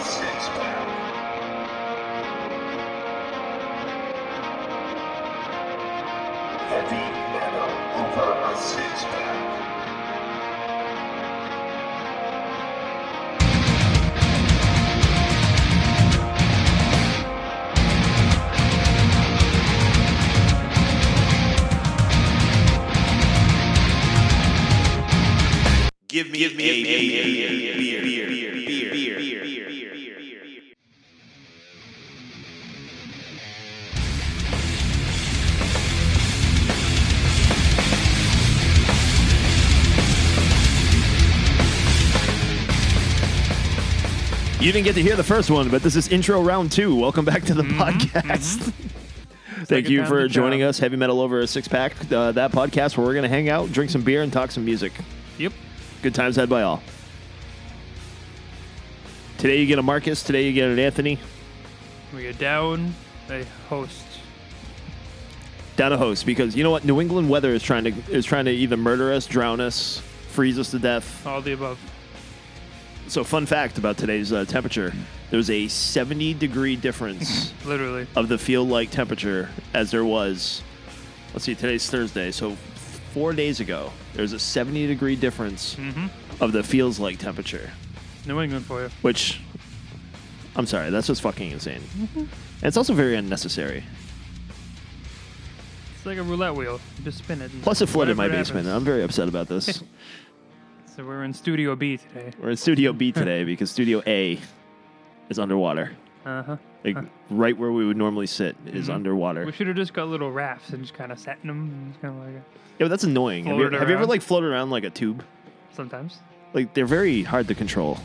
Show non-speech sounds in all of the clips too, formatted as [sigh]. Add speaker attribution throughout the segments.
Speaker 1: six pound. Heavy metal over a six pound.
Speaker 2: Give me, give me a, beer, beer, beer, beer, beer, beer, beer, beer.
Speaker 3: You didn't get to hear the first one, but this is intro round two. Welcome back to the podcast. [laughs] Thank you
Speaker 4: time
Speaker 3: for
Speaker 4: to
Speaker 3: joining
Speaker 4: job.
Speaker 3: us, Heavy Metal Over a Six Pack, uh, that podcast where we're going to hang out, drink some beer, and talk some music.
Speaker 4: Yep.
Speaker 3: Good times had by all. Today you get a Marcus, today you get an Anthony.
Speaker 4: We are down a host.
Speaker 3: Down a host because you know what? New England weather is trying to is trying to either murder us, drown us, freeze us to death.
Speaker 4: All the above.
Speaker 3: So, fun fact about today's uh, temperature: there's a 70 degree difference
Speaker 4: Literally.
Speaker 3: of the field like temperature as there was. Let's see, today's Thursday, so four days ago, there's a 70 degree difference
Speaker 4: Mm-hmm.
Speaker 3: of the feels like temperature,
Speaker 4: New England for you.
Speaker 3: which I'm sorry, that's just fucking insane.
Speaker 4: Mm-hmm.
Speaker 3: And it's also very unnecessary.
Speaker 4: It's like a roulette wheel. You just spin it. and
Speaker 3: Plus, it flooded my
Speaker 4: whatever
Speaker 3: basement, and I'm
Speaker 4: happens.
Speaker 3: very upset about
Speaker 4: [laughs]
Speaker 3: this.
Speaker 4: So we're in Studio B today.
Speaker 3: We're in Studio B today because Studio A is underwater.
Speaker 4: Uh huh. Mm-hmm.
Speaker 3: Like, right where we would normally sit is underwater.
Speaker 4: We should have just got little rafts and just kind of sat in them. Kind of like
Speaker 3: yeah, but that's annoying. Have you,
Speaker 4: Floated
Speaker 3: have you ever,
Speaker 4: around.
Speaker 3: like, floated around like a tube?
Speaker 4: sometimes.
Speaker 3: Like, they're very hard to control.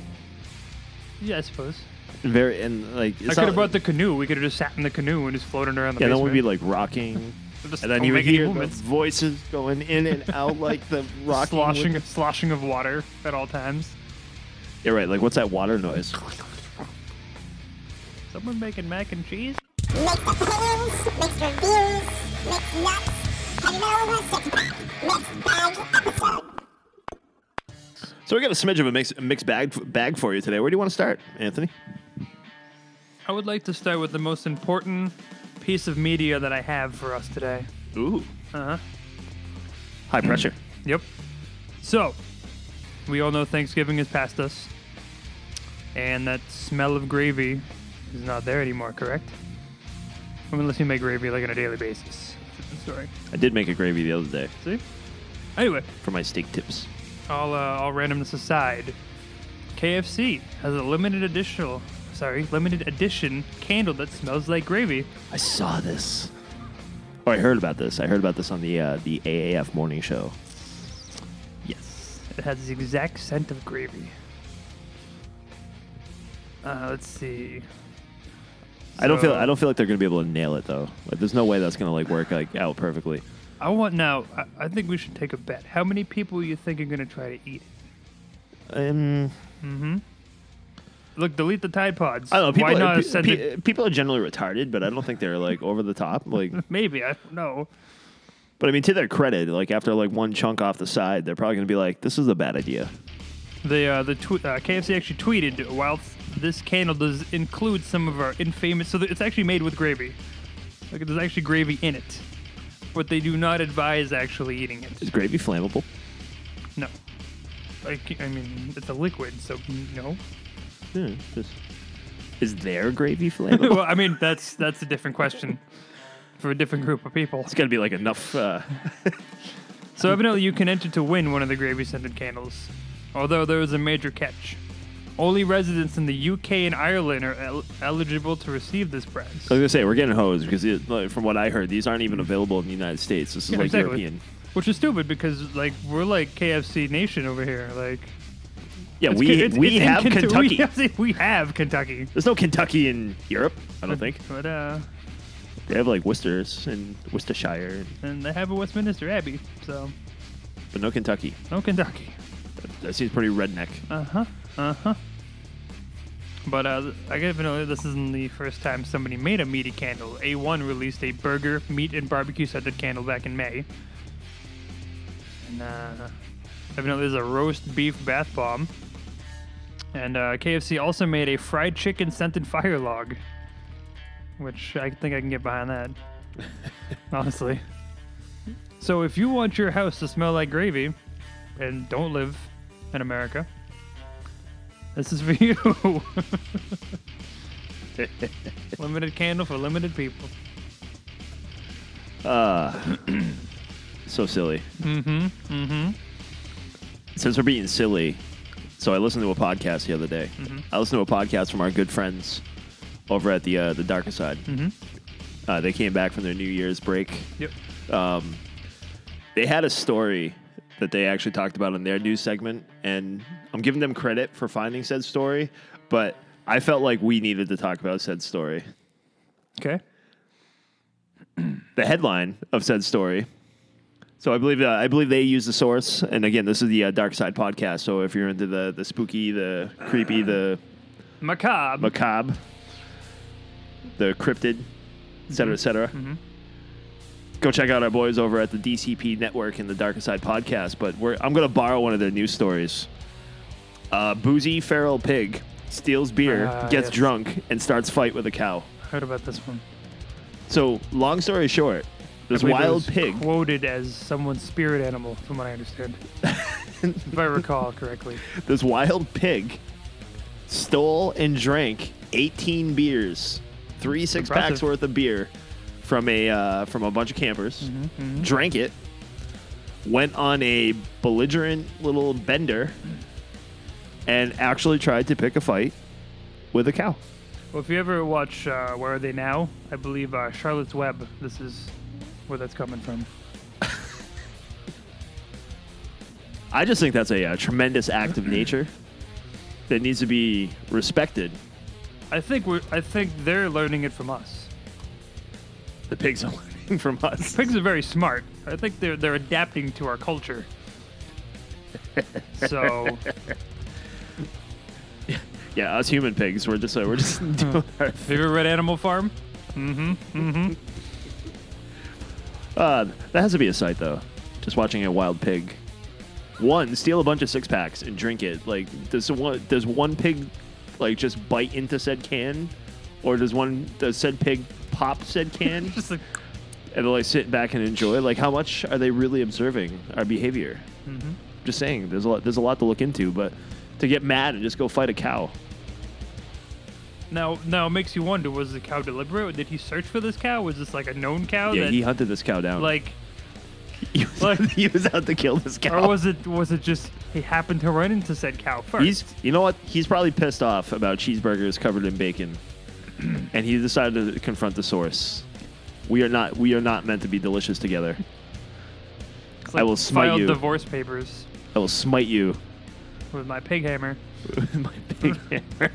Speaker 4: Yeah, I suppose.
Speaker 3: Very and like it's
Speaker 4: I could
Speaker 3: not-
Speaker 4: have brought the canoe. We could have just sat in the canoe and just floated around the
Speaker 3: yeah, that
Speaker 4: basement.
Speaker 3: would be like rocking,
Speaker 4: Just
Speaker 3: and then
Speaker 4: don't
Speaker 3: you would
Speaker 4: make any
Speaker 3: hear the
Speaker 4: movements.
Speaker 3: voices going in and out like
Speaker 4: [laughs]
Speaker 3: the rocking.
Speaker 4: sloshing, sloshing of water at all times.
Speaker 3: Yeah, right. Like what's that water noise?
Speaker 4: Someone making mac and cheese?
Speaker 5: makes opinions, makes reviews, makes nuts, heavy metal over six pack, mixed bag episode.
Speaker 3: So we got a smidge of a mix, a mixed bag bag for you today. Where do you want to start, Anthony?
Speaker 4: I would like to start with the most important piece of media that I have for us today.
Speaker 3: Ooh,
Speaker 4: Uh huh.
Speaker 3: high pressure.
Speaker 4: Yep. So, we all know Thanksgiving is past us, and that smell of gravy is not there anymore, correct? Unless you make gravy like on a daily basis. [laughs] Different Story.
Speaker 3: I did make a gravy the other day
Speaker 4: See? Anyway,
Speaker 3: for my steak tips.
Speaker 4: all uh, all randomness aside, KFC has a limited additional, sorry, limited edition candle that smells like gravy.
Speaker 3: I saw this. Oh, I heard about this. I heard about this on the uh, the AAF morning show.
Speaker 4: Yes. It has the exact scent of gravy. Uh, let's see.
Speaker 3: I don't feel
Speaker 4: So-
Speaker 3: I don't feel like they're gonna be able to nail it though. Like there's no way that's gonna like work like out perfectly.
Speaker 4: I want now. I, I think we should take a bet. How many people you think are gonna try to eat? it?
Speaker 3: Um,
Speaker 4: Look, delete the Tide Pods.
Speaker 3: I don't know. People,
Speaker 4: Why
Speaker 3: are,
Speaker 4: not
Speaker 3: pe-
Speaker 4: send
Speaker 3: pe-
Speaker 4: it?
Speaker 3: people are generally retarded, but I don't think they're like over the top. Like,
Speaker 4: Maybe I don't know.
Speaker 3: but I mean, to their credit, like after like one chunk off the side, they're probably gonna be like, "This is a bad idea."
Speaker 4: The uh, the tw- uh, KFC actually tweeted whilst this candle does include some of our infamous. So th- it's actually made with gravy. Like there's actually gravy in it, but they do not advise actually eating it.
Speaker 3: Is gravy flammable?
Speaker 4: No. Like I mean, it's a liquid, so no. [laughs]
Speaker 3: Yeah, just- is their gravy flammable?
Speaker 4: [laughs] well, I mean, that's that's a different question for a different group of people.
Speaker 3: it's gotta be like enough. Uh,
Speaker 4: So evidently, you can enter to win one of the gravy-scented candles. Although there is a major catch: only residents in the UK and Ireland are el- eligible to receive this prize.
Speaker 3: I was gonna say we're getting hosed because it, like, from what I heard, these aren't even available in the United States. This is
Speaker 4: Yeah,
Speaker 3: like
Speaker 4: exactly.
Speaker 3: European.
Speaker 4: Which is stupid because, like, we're like KFC nation over here. Like,
Speaker 3: Yeah,
Speaker 4: it's-
Speaker 3: we
Speaker 4: it's-
Speaker 3: we
Speaker 4: it's in
Speaker 3: have
Speaker 4: Kentu- [laughs]
Speaker 3: Kentucky.
Speaker 4: We have, we have Kentucky.
Speaker 3: There's no Kentucky in Europe. I don't think
Speaker 4: But uh,
Speaker 3: they have like Worcesters and Worcestershire,
Speaker 4: and they have a Westminster Abbey, so
Speaker 3: but no Kentucky.
Speaker 4: no Kentucky.
Speaker 3: That seems pretty redneck.
Speaker 4: Uh huh. Uh huh. But uh, I guess know this isn't the first time somebody made a meaty candle. A1 released a burger, meat, and barbecue scented candle back in May. And uh, evidently, there's a roast beef bath bomb. And uh, KFC also made a fried chicken scented fire log, which I think I can get behind that, honestly. So if you want your house to smell like gravy and don't live in America, this is for
Speaker 3: [laughs]
Speaker 4: you. limited candle for limited people.
Speaker 3: So silly. Mm-hmm. Mm-hmm. Since we're being silly, so I listened to a podcast the other day. I listened to a podcast from our good friends over at the uh, the darker side. Mm-hmm. Uh, they came back from their New Year's break.
Speaker 4: Yep.
Speaker 3: They had a story that they actually talked about in their news segment, and I'm giving them credit for finding said story, but I felt like we needed to talk about said story.
Speaker 4: Okay.
Speaker 3: the headline of said story. So I believe uh, I believe they use the source, and again, this is the uh, Dark Side podcast. So if you're into the the spooky, the creepy, the
Speaker 4: Macabre.
Speaker 3: macabre, the cryptid, et cetera, et cetera,
Speaker 4: Mm-hmm.
Speaker 3: go check out our boys over at the DCP Network and the Dark Side podcast. But we're, I'm going to borrow one of their news stories. Uh, boozy feral pig steals beer,
Speaker 4: Ah,
Speaker 3: gets
Speaker 4: yes.
Speaker 3: drunk, and starts fight with a cow.
Speaker 4: Heard about this one.
Speaker 3: So long story short, this
Speaker 4: believe it
Speaker 3: wild
Speaker 4: was
Speaker 3: pig.
Speaker 4: quoted as someone's spirit animal, from what I
Speaker 3: [laughs]
Speaker 4: understand, if I recall correctly.
Speaker 3: this wild pig stole and drank 18 beers, three six packs
Speaker 4: Impressive.
Speaker 3: worth of beer from a uh, from a bunch of campers. Drank it. Went on a belligerent little bender and actually tried to pick a fight with a cow.
Speaker 4: Well, if you ever watch uh, Where Are They Now, I believe uh, Charlotte's Web. This is where that's coming from.
Speaker 3: I just think that's a, uh tremendous act of nature that needs to be respected.
Speaker 4: I think we're. I think they're learning it from us.
Speaker 3: The pigs are [laughs] learning from us.
Speaker 4: Pigs are very smart. I think they're they're adapting to our culture.
Speaker 3: [laughs]
Speaker 4: So
Speaker 3: Yeah, us human pigs, we're just uh, we're just doing our
Speaker 4: Have you ever read Animal Farm? [laughs]
Speaker 3: Uh, that has to be a sight, though. Just watching a wild pig. One steal a bunch of six packs and drink it. Like, does one does one pig like just bite into said can, or does one does said pig pop said
Speaker 4: [laughs]
Speaker 3: can
Speaker 4: Just like,
Speaker 3: and like sit back and enjoy? Like, how much are they really observing our behavior?
Speaker 4: Mm-hmm.
Speaker 3: Just saying, there's a lot, there's a lot to look into, but to get mad and just go fight a cow.
Speaker 4: now, now it makes you wonder: Was the cow deliberate? Did he search for this cow? Was this like a known cow
Speaker 3: yeah,
Speaker 4: Oh, that,
Speaker 3: he hunted this cow down.
Speaker 4: like,
Speaker 3: [laughs] he was,
Speaker 4: like-
Speaker 3: [laughs] he was out to kill this cow.
Speaker 4: or was it was it just he happened to run into said cow first?
Speaker 3: He's, you know what? He's probably pissed off about cheeseburgers covered in bacon, [clears throat] and he decided to confront the source. We are not, we are not meant to be delicious together.
Speaker 4: It's
Speaker 3: I will smite
Speaker 4: filed
Speaker 3: you.
Speaker 4: divorce papers
Speaker 3: I will smite you [laughs]
Speaker 4: with my pig hammer.
Speaker 3: with my big hammer.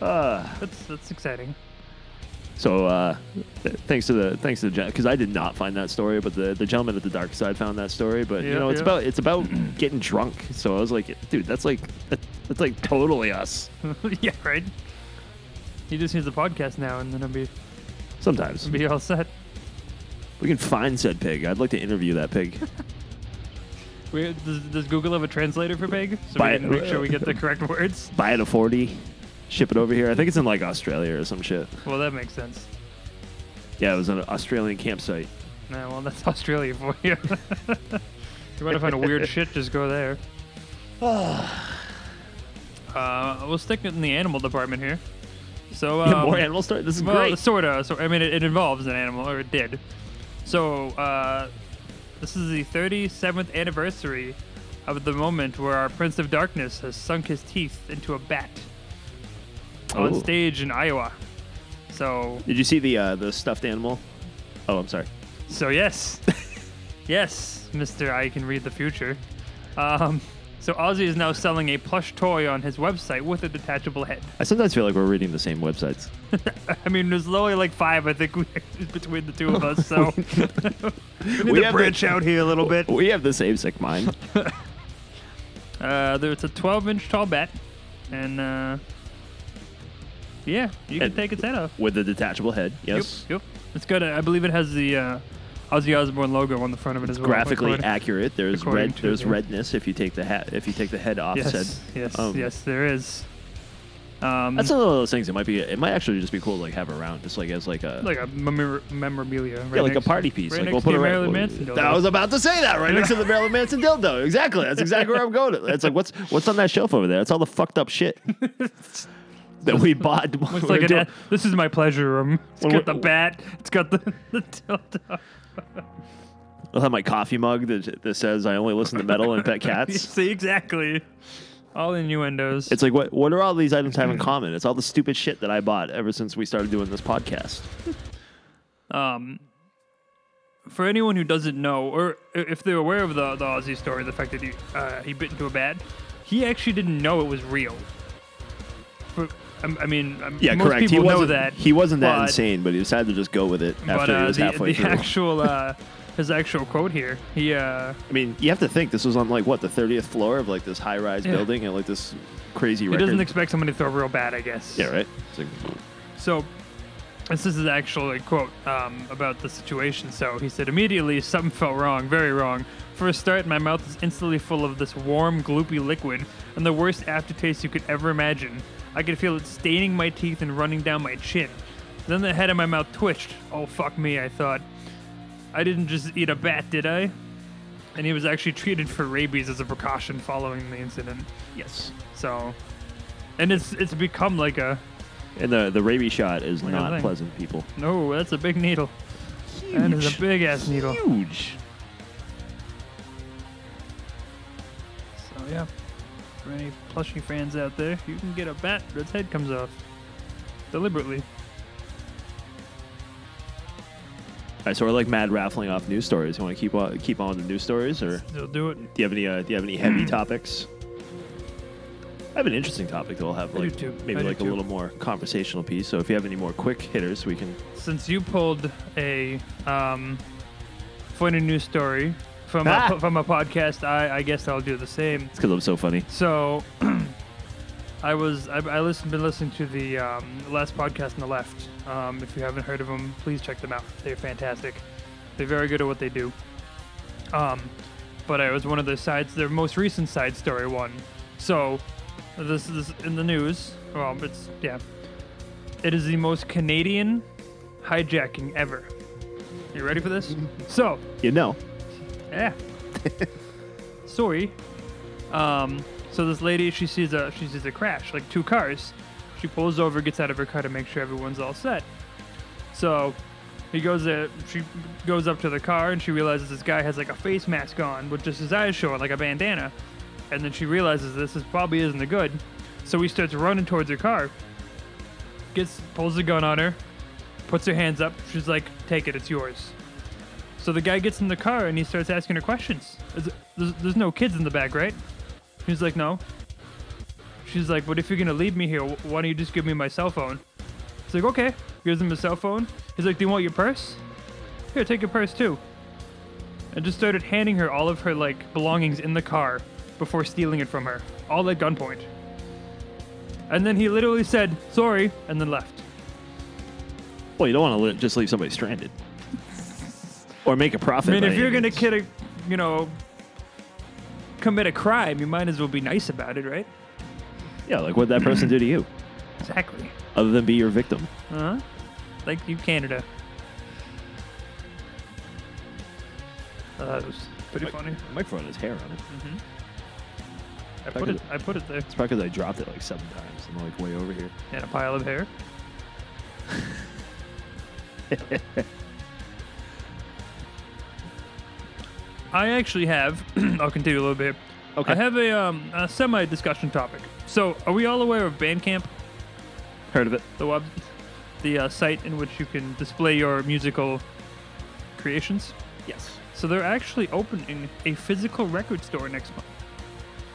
Speaker 4: That's that's exciting. [laughs]
Speaker 3: So, uh, th- thanks to the thanks to the because I did not find that story, but the, the gentleman at the dark side found that story. But you
Speaker 4: Yeah,
Speaker 3: know, it's
Speaker 4: yeah.
Speaker 3: about it's about getting drunk. So I was like, dude, that's like [laughs] that, that's like totally us
Speaker 4: yeah, right. He just needs a podcast now, and then I'll be
Speaker 3: sometimes.
Speaker 4: be all set.
Speaker 3: We can find said pig. I'd like to interview that pig.
Speaker 4: We, does, does Google have a translator for pig? So
Speaker 3: Buy
Speaker 4: we
Speaker 3: it.
Speaker 4: can make sure
Speaker 3: [laughs]
Speaker 4: we get the correct words.
Speaker 3: buy it a 40, ship it over here. I think it's in like Australia or some shit.
Speaker 4: Well, that makes sense.
Speaker 3: Yeah, it was an Australian campsite. [laughs]
Speaker 4: Nah, well, that's [laughs] Australia for you. you want to find a weird shit, just go [sighs] there. uh, we'll stick it in the animal department here. So [laughs] um,
Speaker 3: yeah, more animal story. This is
Speaker 4: Well,
Speaker 3: great.
Speaker 4: sort of. So, I mean, it, it involves an animal, or it did. So, uh, this is the 37th anniversary of the moment where our Prince of Darkness has sunk his teeth into a bat on
Speaker 3: Ooh.
Speaker 4: stage in Iowa. So,
Speaker 3: Did you see the uh, the stuffed animal? Oh, I'm sorry.
Speaker 4: so yes, [laughs] yes, Mister, I can read the future. Um, so Ozzy is now selling a plush toy on his website with a detachable head. [laughs]
Speaker 3: I sometimes feel like we're reading the same websites.
Speaker 4: I mean, there's literally like five, I think, [laughs] we, between the two of us.
Speaker 3: [laughs]
Speaker 4: So [laughs] we need
Speaker 3: We
Speaker 4: to
Speaker 3: have the-
Speaker 4: branch out here a
Speaker 3: [laughs]
Speaker 4: little bit.
Speaker 3: We have the same sick
Speaker 4: [laughs]
Speaker 3: mind.
Speaker 4: Uh, there's a 12-inch tall bat, and uh, yeah, you can
Speaker 3: And-
Speaker 4: take its head off.
Speaker 3: With the detachable head, yes.
Speaker 4: Yep, yep. It's got. A, I believe it has the uh, Ozzy Osbourne logo on the front of it as well.
Speaker 3: Graphically
Speaker 4: according-
Speaker 3: accurate. There's
Speaker 4: according
Speaker 3: red.
Speaker 4: to
Speaker 3: There's
Speaker 4: the-
Speaker 3: redness if you take the hat. If you take the head off.
Speaker 4: Yes,
Speaker 3: said.
Speaker 4: yes,
Speaker 3: Um,
Speaker 4: yes. There is. Um,
Speaker 3: That's another one of those things. It might be. It might actually just be cool to like have around, just like as like a
Speaker 4: like a memor- memorabilia. Right
Speaker 3: yeah, like
Speaker 4: next-
Speaker 3: a party piece.
Speaker 4: Right
Speaker 3: like
Speaker 4: next
Speaker 3: we'll put
Speaker 4: to
Speaker 3: it right.
Speaker 4: Marilyn
Speaker 3: we'll-
Speaker 4: Manson. dildo.
Speaker 3: I was about to say that right next to the Marilyn Manson dildo. Exactly. That's exactly where I'm going. That's like what's what's on that shelf over there. That's all the fucked up
Speaker 4: [laughs]
Speaker 3: shit that we bought.
Speaker 4: It's
Speaker 3: [laughs]
Speaker 4: like an, e-, this is my pleasure room. It's
Speaker 3: When
Speaker 4: got
Speaker 3: we-
Speaker 4: the bat. It's got the, [laughs] the dildo.
Speaker 3: I'll have my coffee mug that, that says I only listen to metal and pet
Speaker 4: [laughs] You
Speaker 3: cats.
Speaker 4: see exactly. All innuendos.
Speaker 3: It's like what what are all these items have in common? It's all the stupid shit that I bought ever since we started doing this podcast.
Speaker 4: Um, for anyone who doesn't know, or i- if they're aware of the, the Aussie story, the fact that he uh, he bit into a bat, he actually didn't know it was real. For, I, I mean, um,
Speaker 3: Yeah,
Speaker 4: most
Speaker 3: correct. He
Speaker 4: people
Speaker 3: wasn't
Speaker 4: know that
Speaker 3: he wasn't that
Speaker 4: but-
Speaker 3: insane, but he decided to just go with it
Speaker 4: But
Speaker 3: after he
Speaker 4: uh,
Speaker 3: was
Speaker 4: the,
Speaker 3: halfway
Speaker 4: the
Speaker 3: through.
Speaker 4: actual uh, his actual quote here, he uh,
Speaker 3: I mean, you have to think this was on like what the thirtieth floor of like this high-rise
Speaker 4: Yeah.
Speaker 3: building and like this crazy
Speaker 4: he
Speaker 3: record.
Speaker 4: doesn't expect someone to throw a real bat, I guess.
Speaker 3: yeah, right. It's like-
Speaker 4: So, this is actually a quote um, about the situation. So, he said, immediately something felt wrong, very wrong. For a start, my mouth is instantly full of this warm, gloopy liquid and the worst aftertaste you could ever imagine. I could feel it staining my teeth and running down my chin. Then the head of my mouth twitched. Oh, fuck me, I thought. I didn't just eat a bat, did I? And he was actually treated for rabies as a precaution following the incident.
Speaker 3: yes.
Speaker 4: So, and it's it's become like a
Speaker 3: And the the rabies shot is
Speaker 4: a
Speaker 3: not
Speaker 4: thing.
Speaker 3: pleasant, people.
Speaker 4: No, that's a big needle. That is a big ass needle.
Speaker 3: Huge.
Speaker 4: So yeah. For any plushie fans out there, you can get a bat that's head comes off. Deliberately.
Speaker 3: All right, so we're like mad raffling off news stories. You want to keep on keep on with the news stories, or do
Speaker 4: They'll do it.
Speaker 3: you have any uh, do you have any
Speaker 4: Hmm.
Speaker 3: heavy topics? I have an interesting topic that we'll have
Speaker 4: I do
Speaker 3: like
Speaker 4: too.
Speaker 3: maybe
Speaker 4: I do
Speaker 3: like a
Speaker 4: too.
Speaker 3: little more conversational piece. So if you have any more quick hitters, we can.
Speaker 4: Since you pulled a um funny news story from
Speaker 3: Ah!
Speaker 4: a, from a podcast, I, I guess I'll do the same.
Speaker 3: It's because I'm so funny.
Speaker 4: So [clears throat] I was I, I listened been listening to the um, last podcast on the left. Um, if you haven't heard of them, please check them out. They're fantastic. They're very good at what they do. Um, but I was one of their sides, their most recent side story one. So this is in the news. Well, it's yeah. It is the most Canadian hijacking ever. You ready for this? So
Speaker 3: You know,
Speaker 4: yeah. Sorry. Um, so this lady, she sees a she sees a crash, like two cars. She pulls over, gets out of her car to make sure everyone's all set. So he goes there, she goes up to the car and she realizes this guy has like a face mask on with just his eyes showing, like a bandana. And then she realizes this is probably isn't the good. So he starts running towards her car. Gets pulls the gun on her, puts her hands up. She's like, "Take it, it's yours." So the guy gets in the car and he starts asking her questions. Is it- there's, there's no kids in the back, right? He's like, no. She's like, but if you're gonna leave me here, wh- why don't you just give me my cell phone? He's like, okay. Gives him his cell phone. He's like, do you want your purse? Here, take your purse too. And just started handing her all of her like belongings in the car before stealing it from her, all at gunpoint. And then he literally said sorry and then left.
Speaker 3: well, you don't want to li- just leave somebody stranded or make a profit.
Speaker 4: I mean,
Speaker 3: by
Speaker 4: if
Speaker 3: any
Speaker 4: you're gonna
Speaker 3: means.
Speaker 4: kid a, you know, commit a crime, you might as well be nice about it, right?
Speaker 3: yeah, like what that person do to you,
Speaker 4: Exactly.
Speaker 3: other than be your victim.
Speaker 4: Huh? Like you, Canada. Uh, that was pretty funny.
Speaker 3: Microphone has hair on it.
Speaker 4: I put
Speaker 3: at
Speaker 4: it. I put it there
Speaker 3: It's probably because I dropped it like seven times. I'm like way over here.
Speaker 4: in a pile of [laughs] hair. I actually have. [clears throat] I'll continue a little bit.
Speaker 3: Okay.
Speaker 4: I have a, um, a semi discussion topic. So, are we all aware of Bandcamp?
Speaker 3: Heard of it?
Speaker 4: the web, the uh, site in which you can display your musical creations.
Speaker 3: Yes.
Speaker 4: So they're actually opening a physical record store next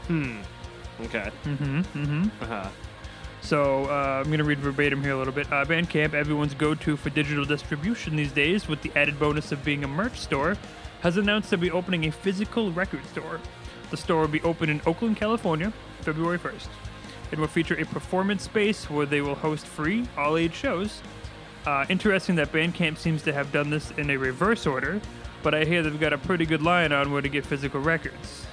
Speaker 4: month.
Speaker 3: Okay.
Speaker 4: So uh, I'm going to read verbatim here a little bit. Uh, Bandcamp, everyone's go to for digital distribution these days, with the added bonus of being a merch store, has announced they'll be opening a physical record store. The store will be open in Oakland, California, February 1st. It will feature a performance space where they will host free, all age shows. Uh, interesting that Bandcamp seems to have done this in a reverse order, but I hear they've got a pretty good line on where to get physical records.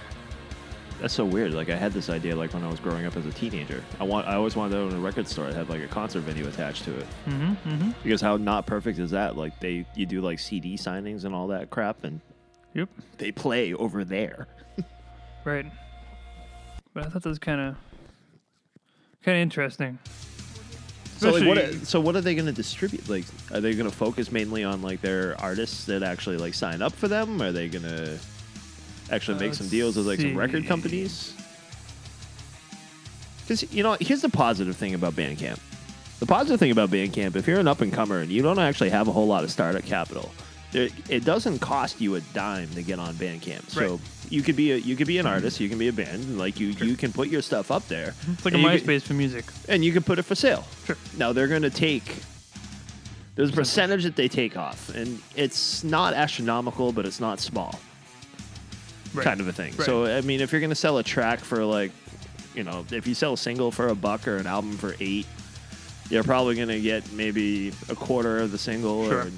Speaker 3: That's so weird. Like I had this idea like when I was growing up as a teenager. I want I always wanted to own a record store that had like a concert venue attached to it. Mm-hmm, Because how not perfect is that? Like they you do like CD signings and all that crap, and
Speaker 4: Yep.
Speaker 3: they play over there.
Speaker 4: Right. But I thought that was kind of kind of interesting.
Speaker 3: So like, what?
Speaker 4: Especially-
Speaker 3: So what are they going to distribute? Like, are they going to focus mainly on like their artists that actually like sign up for them? Are they going to actually make
Speaker 4: Uh,
Speaker 3: some deals with like some record
Speaker 4: see.
Speaker 3: companies? Because you know, here's the positive thing about Bandcamp. The positive thing about Bandcamp, if you're an up and comer and you don't actually have a whole lot of startup capital, there, it doesn't cost you a dime to get on Bandcamp. So
Speaker 4: Right.
Speaker 3: you could be a you could be an artist, you can be a band, and like you you can put your stuff up there.
Speaker 4: it's like a
Speaker 3: And you can-
Speaker 4: MySpace for music.
Speaker 3: and you can put it for sale.
Speaker 4: Sure.
Speaker 3: Now they're going to take. There's a percentage that they take off, and it's not astronomical, but it's not small,
Speaker 4: Right.
Speaker 3: kind of a thing.
Speaker 4: Right.
Speaker 3: So I mean, if you're going to sell a track for like, you know, if you sell a single for a buck or an album for eight, you're probably going to get maybe a quarter of the single,
Speaker 4: Sure.
Speaker 3: or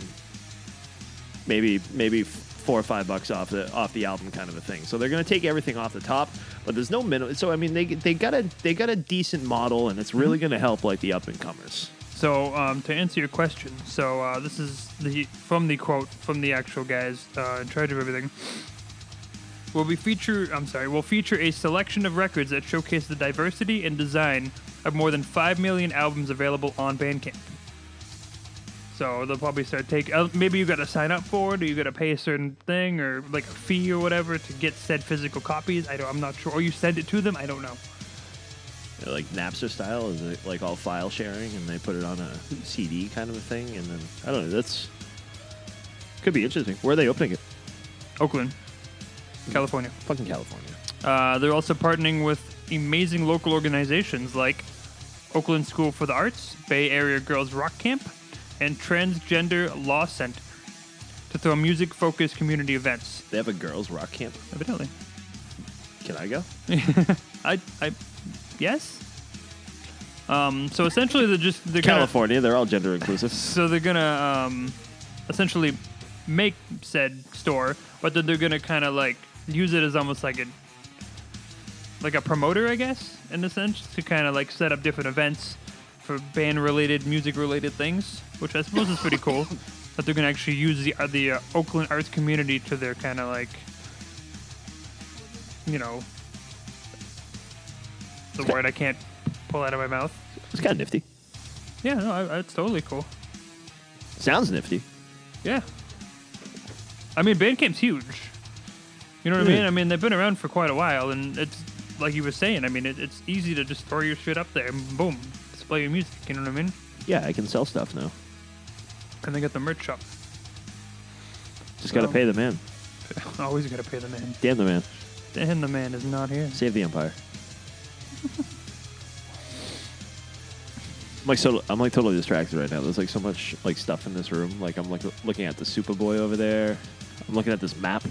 Speaker 3: maybe maybe four or five bucks off the off the album, kind of a thing. So they're going to take everything off the top, but there's no minimum. So I mean, they they got a they got a decent model, and it's really
Speaker 4: Mm-hmm.
Speaker 3: going to help like the up and comers.
Speaker 4: So um, to answer your question, so uh, this is the from the quote from the actual guys uh, in charge of everything. Will we feature? I'm sorry. Will feature a selection of records that showcase the diversity and design of more than five million albums available on Bandcamp. So they'll probably start take. Uh, maybe you got to sign up for it, or you got to pay a certain thing, or like a fee or whatever to get said physical copies. I don't. I'm not sure. Or you send it to them. I don't know.
Speaker 3: like Napster style, is it like all file sharing, and they put it on a CD kind of a thing, and then I don't know. That's could be interesting. Where are they opening it?
Speaker 4: Oakland, California.
Speaker 3: Fucking California.
Speaker 4: Uh, they're also partnering with amazing local organizations like Oakland School for the Arts, Bay Area Girls Rock Camp, and Transgender Law Center to throw music focused community events.
Speaker 3: They have a girls' rock camp.
Speaker 4: Evidently.
Speaker 3: Can I go?
Speaker 4: I, I, yes? Um, so essentially, they're just. They're kinda-
Speaker 3: California, they're all gender inclusive.
Speaker 4: so they're gonna um, essentially make said store, but then they're gonna kind of like use it as almost like a like a promoter, I guess, in a sense, to kind of like set up different events for band-related, music-related things, which I suppose is pretty cool. That they're gonna actually use the uh, the uh, Oakland arts community to their kind of like you know the word I can't pull out of my mouth.
Speaker 3: It's kind of nifty.
Speaker 4: Yeah, no, I, it's totally cool.
Speaker 3: Sounds nifty.
Speaker 4: Yeah. I mean, Bandcamp's huge. You know what I
Speaker 3: Yeah.
Speaker 4: mean? I mean, they've been around for quite a while, and it's like you were saying. I mean, it, it's easy to just throw your shit up there and boom, display your music. You know what I mean?
Speaker 3: Yeah, I can sell stuff now.
Speaker 4: And they got the merch shop. [laughs]
Speaker 3: Just gotta
Speaker 4: So-
Speaker 3: pay the man.
Speaker 4: Always gotta pay the man.
Speaker 3: Damn the man.
Speaker 4: And the man is not here.
Speaker 3: Save the empire. I'm like so I'm like totally distracted right now. There's like so much like stuff in this room. Like I'm like looking at the Superboy over there. I'm looking at this map,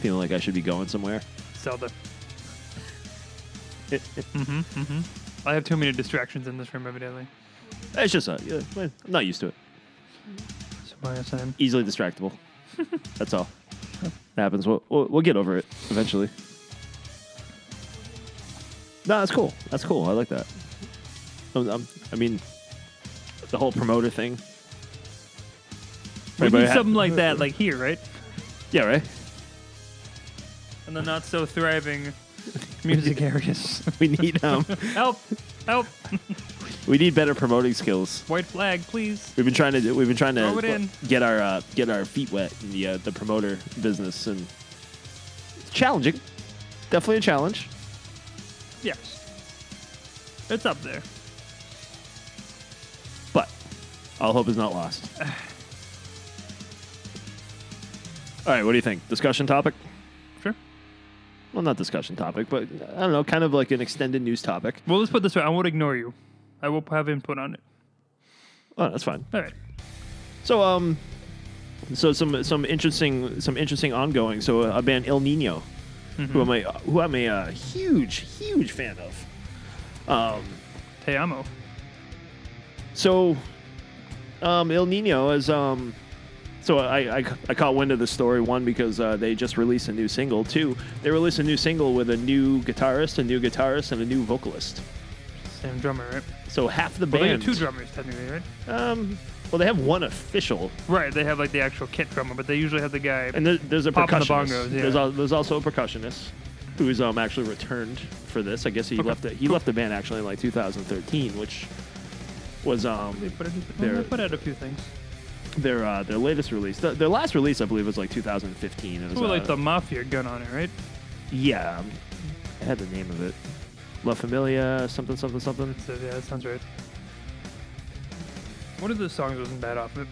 Speaker 3: feeling like I should be going somewhere.
Speaker 4: Zelda. hmm hmm I have too many distractions in this room, evidently.
Speaker 3: It's just a, yeah, I'm not used to it.
Speaker 4: It's my assignment.
Speaker 3: Easily distractible. That's all. It happens. We'll, we'll we'll get over it eventually. No, that's cool. That's cool. I like that. I'm, I'm, I mean, the whole promoter thing.
Speaker 4: We
Speaker 3: Everybody
Speaker 4: need
Speaker 3: ha-
Speaker 4: something like that, like here, right?
Speaker 3: Yeah, right.
Speaker 4: In the not so thriving
Speaker 3: [laughs]
Speaker 4: music areas.
Speaker 3: We need um,
Speaker 4: help! Help!
Speaker 3: we need better promoting skills.
Speaker 4: White flag, please.
Speaker 3: We've been trying to do- we've been trying
Speaker 4: Throw it
Speaker 3: to
Speaker 4: in.
Speaker 3: get our uh, get our feet wet in the uh, the promoter business and it's challenging. Definitely a challenge.
Speaker 4: Yes. It's up there.
Speaker 3: But all hope is not lost. [sighs] All right, what do you think? Discussion topic?
Speaker 4: Sure.
Speaker 3: Well, not discussion topic, but I don't know, kind of like an extended news topic.
Speaker 4: Well, let's put it this way. I won't ignore you. I will have input on it.
Speaker 3: Oh, that's fine.
Speaker 4: All right.
Speaker 3: So, um, so some some interesting some interesting ongoing. So uh, a band El Nino, who I'm a who I'm a uh, huge huge fan of.
Speaker 4: Te amo.
Speaker 3: So, um, El Nino is um, So I, I, I caught wind of the story one because uh, they just released a new single. Two, they released a new single with a new guitarist, a new guitarist, and a new vocalist.
Speaker 4: Same drummer, right?
Speaker 3: So half the
Speaker 4: Well,
Speaker 3: band.
Speaker 4: they have two drummers technically, right?
Speaker 3: Um, well, they have one official,
Speaker 4: Right. They have like the actual kit drummer, but they usually have the guy.
Speaker 3: and there, there's a
Speaker 4: Popping the
Speaker 3: percussionist.
Speaker 4: bongos, yeah.
Speaker 3: there's, al- there's also a percussionist who's um actually returned for this. I guess he
Speaker 4: Okay,
Speaker 3: left the, he left the band actually in like 2013, which was
Speaker 4: they
Speaker 3: um
Speaker 4: put, it,
Speaker 3: They're-
Speaker 4: they put out a few things.
Speaker 3: their uh, their latest release. Th their last release, I believe, was like 2015. It was
Speaker 4: Well,
Speaker 3: uh,
Speaker 4: like the mafia gun on it, right?
Speaker 3: yeah, um, I had the name of it. La Familia, something, something, something.
Speaker 4: So, yeah, that sounds right. One of the songs wasn't bad off it.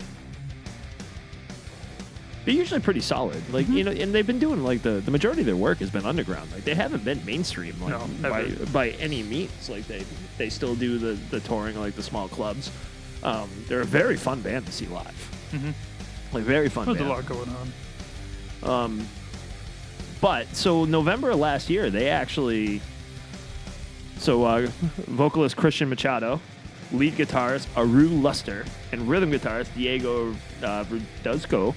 Speaker 3: They're usually pretty solid. Like
Speaker 4: Mm-hmm.
Speaker 3: you know, and they've been doing like the, the majority of their work has been underground. Like they haven't been mainstream like
Speaker 4: No,
Speaker 3: by
Speaker 4: never.
Speaker 3: by any means. Like they they still do the the touring like the small clubs. Um, they're a very fun band to see live.
Speaker 4: Mhm.
Speaker 3: Like very fun.
Speaker 4: There was a
Speaker 3: band.
Speaker 4: lot going on.
Speaker 3: But so November of last year, they actually. So uh, vocalist Christian Machado, lead guitarist Aru Luster, and rhythm guitarist Diego uh, Ruduzco, um,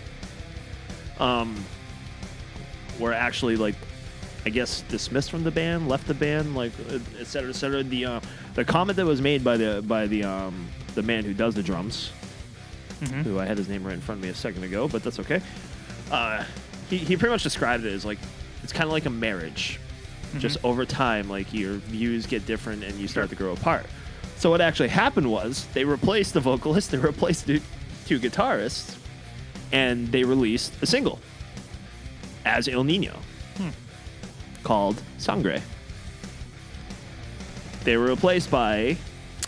Speaker 3: were actually like, I guess dismissed from the band, left the band, like et cetera, et cetera. The uh, the comment that was made by the by the um, the man who does the drums, who I had his name right in front of me a second ago, but that's okay uh, he, he pretty much described it as like it's kind of like a marriage just over time like your views get different and you start to grow apart so what actually happened was they replaced the vocalist they replaced the two guitarists and they released a single as el nino called sangre they were replaced by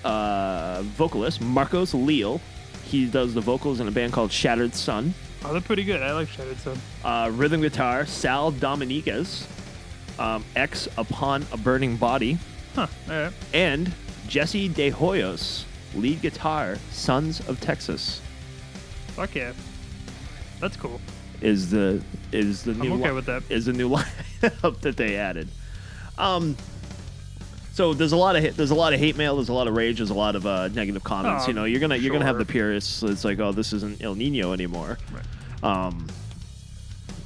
Speaker 3: uh, vocalist marcos leal he does the vocals in a band called shattered sun
Speaker 4: Oh, they're pretty good. I like Shattered Sun.
Speaker 3: uh, rhythm guitar Sal Dominguez, um, X Upon a Burning Body,
Speaker 4: Huh. All right.
Speaker 3: and Jesse De Hoyos, lead guitar Sons of Texas,
Speaker 4: Fuck yeah. That's cool.
Speaker 3: is the is the new
Speaker 4: okay
Speaker 3: li-
Speaker 4: with that.
Speaker 3: is the new [laughs] lineup that they added. Um, so there's a lot of hate, there's a lot of hate mail, there's a lot of rage, there's a lot of uh, negative comments.
Speaker 4: Oh,
Speaker 3: you know, you're gonna you're gonna have
Speaker 4: sure.
Speaker 3: the purists. It's like, oh, this isn't El Nino anymore.
Speaker 4: Right.
Speaker 3: um,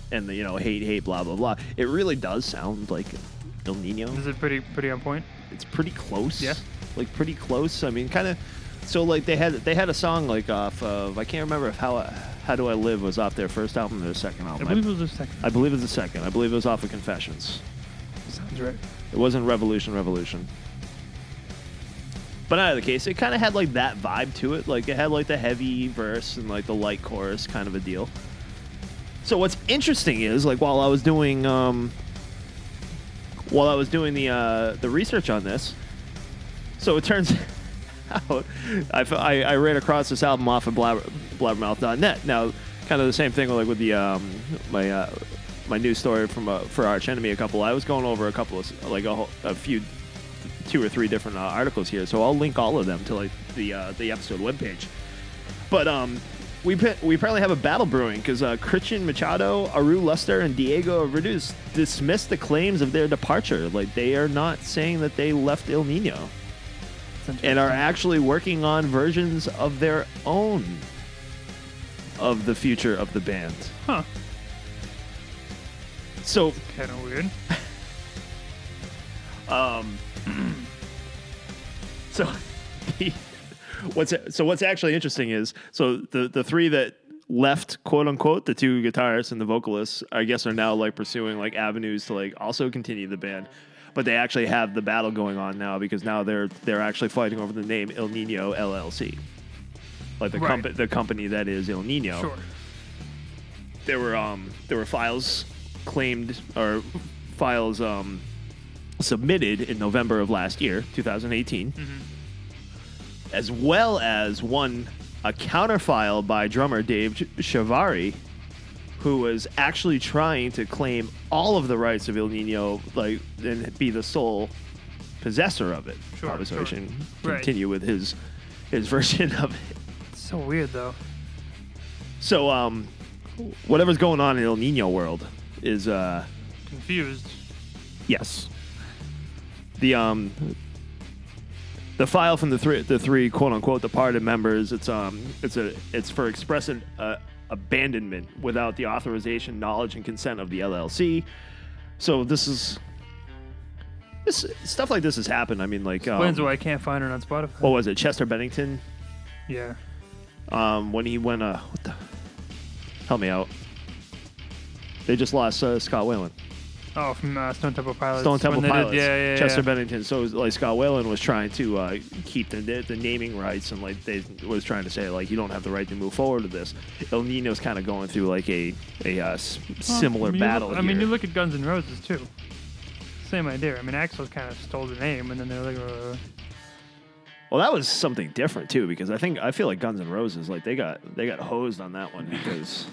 Speaker 3: and the, you know hate hate blah blah blah it really does sound like el nino
Speaker 4: This is pretty pretty on point.
Speaker 3: it's pretty close
Speaker 4: Yeah.
Speaker 3: like pretty close i mean kind of so like they had they had a song like off of i can't remember if how how do i live was off their first album or their second
Speaker 4: I
Speaker 3: album
Speaker 4: believe it was the second.
Speaker 3: I believe it was the second i believe it was off of confessions
Speaker 4: Sounds right.
Speaker 3: it wasn't revolution revolution but out of the case it kind of had like that vibe to it like it had like the heavy verse and like the light chorus kind of a deal so what's interesting is like while i was doing um while i was doing the uh the research on this so it turns out i, f- I- I ran across this album off of Blabber, blabbermouth.net now kind of the same thing like with the um my uh my news story from uh, for Arch Enemy a couple. I was going over a couple of s- like a, whole- a few two or three different uh, articles here, so I'll link all of them to like the uh, the episode webpage. But um, we pa- we apparently have a battle brewing because uh, Christian Machado, Aru Luster, and Diego Reduce dismissed the claims of their departure. Like they are not saying that they left El Nino
Speaker 4: It's interesting.
Speaker 3: and are actually working on versions of their own of the future of the band.
Speaker 4: Huh.
Speaker 3: So
Speaker 4: Kind of weird.
Speaker 3: So, [laughs] the, what's so what's actually interesting is so the the three that left quote unquote the two guitarists and the vocalists I guess are now like pursuing like avenues to like also continue the band, but they actually have the battle going on now because now they're they're actually fighting over the name El Nino LLC, like the
Speaker 4: Right.
Speaker 3: compa- the company that is El Nino
Speaker 4: Sure.
Speaker 3: there were um there were files claimed or files um submitted in November of last year, 2018,
Speaker 4: Mm-hmm.
Speaker 3: as well as one a counter file by drummer Dave Shavari, who was actually trying to claim all of the rights of El Nino, like and be the sole possessor of it.
Speaker 4: Sure,
Speaker 3: Obviously, I
Speaker 4: sure.
Speaker 3: shouldn't
Speaker 4: Right.
Speaker 3: continue with his his [laughs] version of it.
Speaker 4: It's so weird though.
Speaker 3: So, um, whatever's going on in El Nino world is, uh,
Speaker 4: Confused.
Speaker 3: yes, the um, the file from the three the three quote unquote departed members. It's um, it's a it's for express uh, abandonment without the authorization, knowledge, and consent of the LLC. So this is this stuff like this has happened. I mean, like um,
Speaker 4: Explains why I can't find it on Spotify.
Speaker 3: what was it? Chester Bennington
Speaker 4: yeah.
Speaker 3: um, when he went. Uh, what the? Help me out. They just lost uh, Scott Whalen.
Speaker 4: Oh, from uh, Stone Temple Pilots.
Speaker 3: Stone Temple
Speaker 4: When they did-
Speaker 3: Pilots.
Speaker 4: yeah, yeah, yeah.
Speaker 3: Chester Bennington. So it was like Scott Whalen was trying to uh, keep the, the naming rights and like they was trying to say like you don't have the right to move forward with this. El Nino's kind of going through like a a uh, s-
Speaker 4: Well,
Speaker 3: similar
Speaker 4: I mean, you
Speaker 3: battle.
Speaker 4: Look, I mean,
Speaker 3: here.
Speaker 4: you look at Guns N' Roses too. Same idea. I mean, Axel kind of stole the name, and then they're like, uh,
Speaker 3: well, that was something different too because I think I feel like Guns N' Roses like they got they got hosed on that one because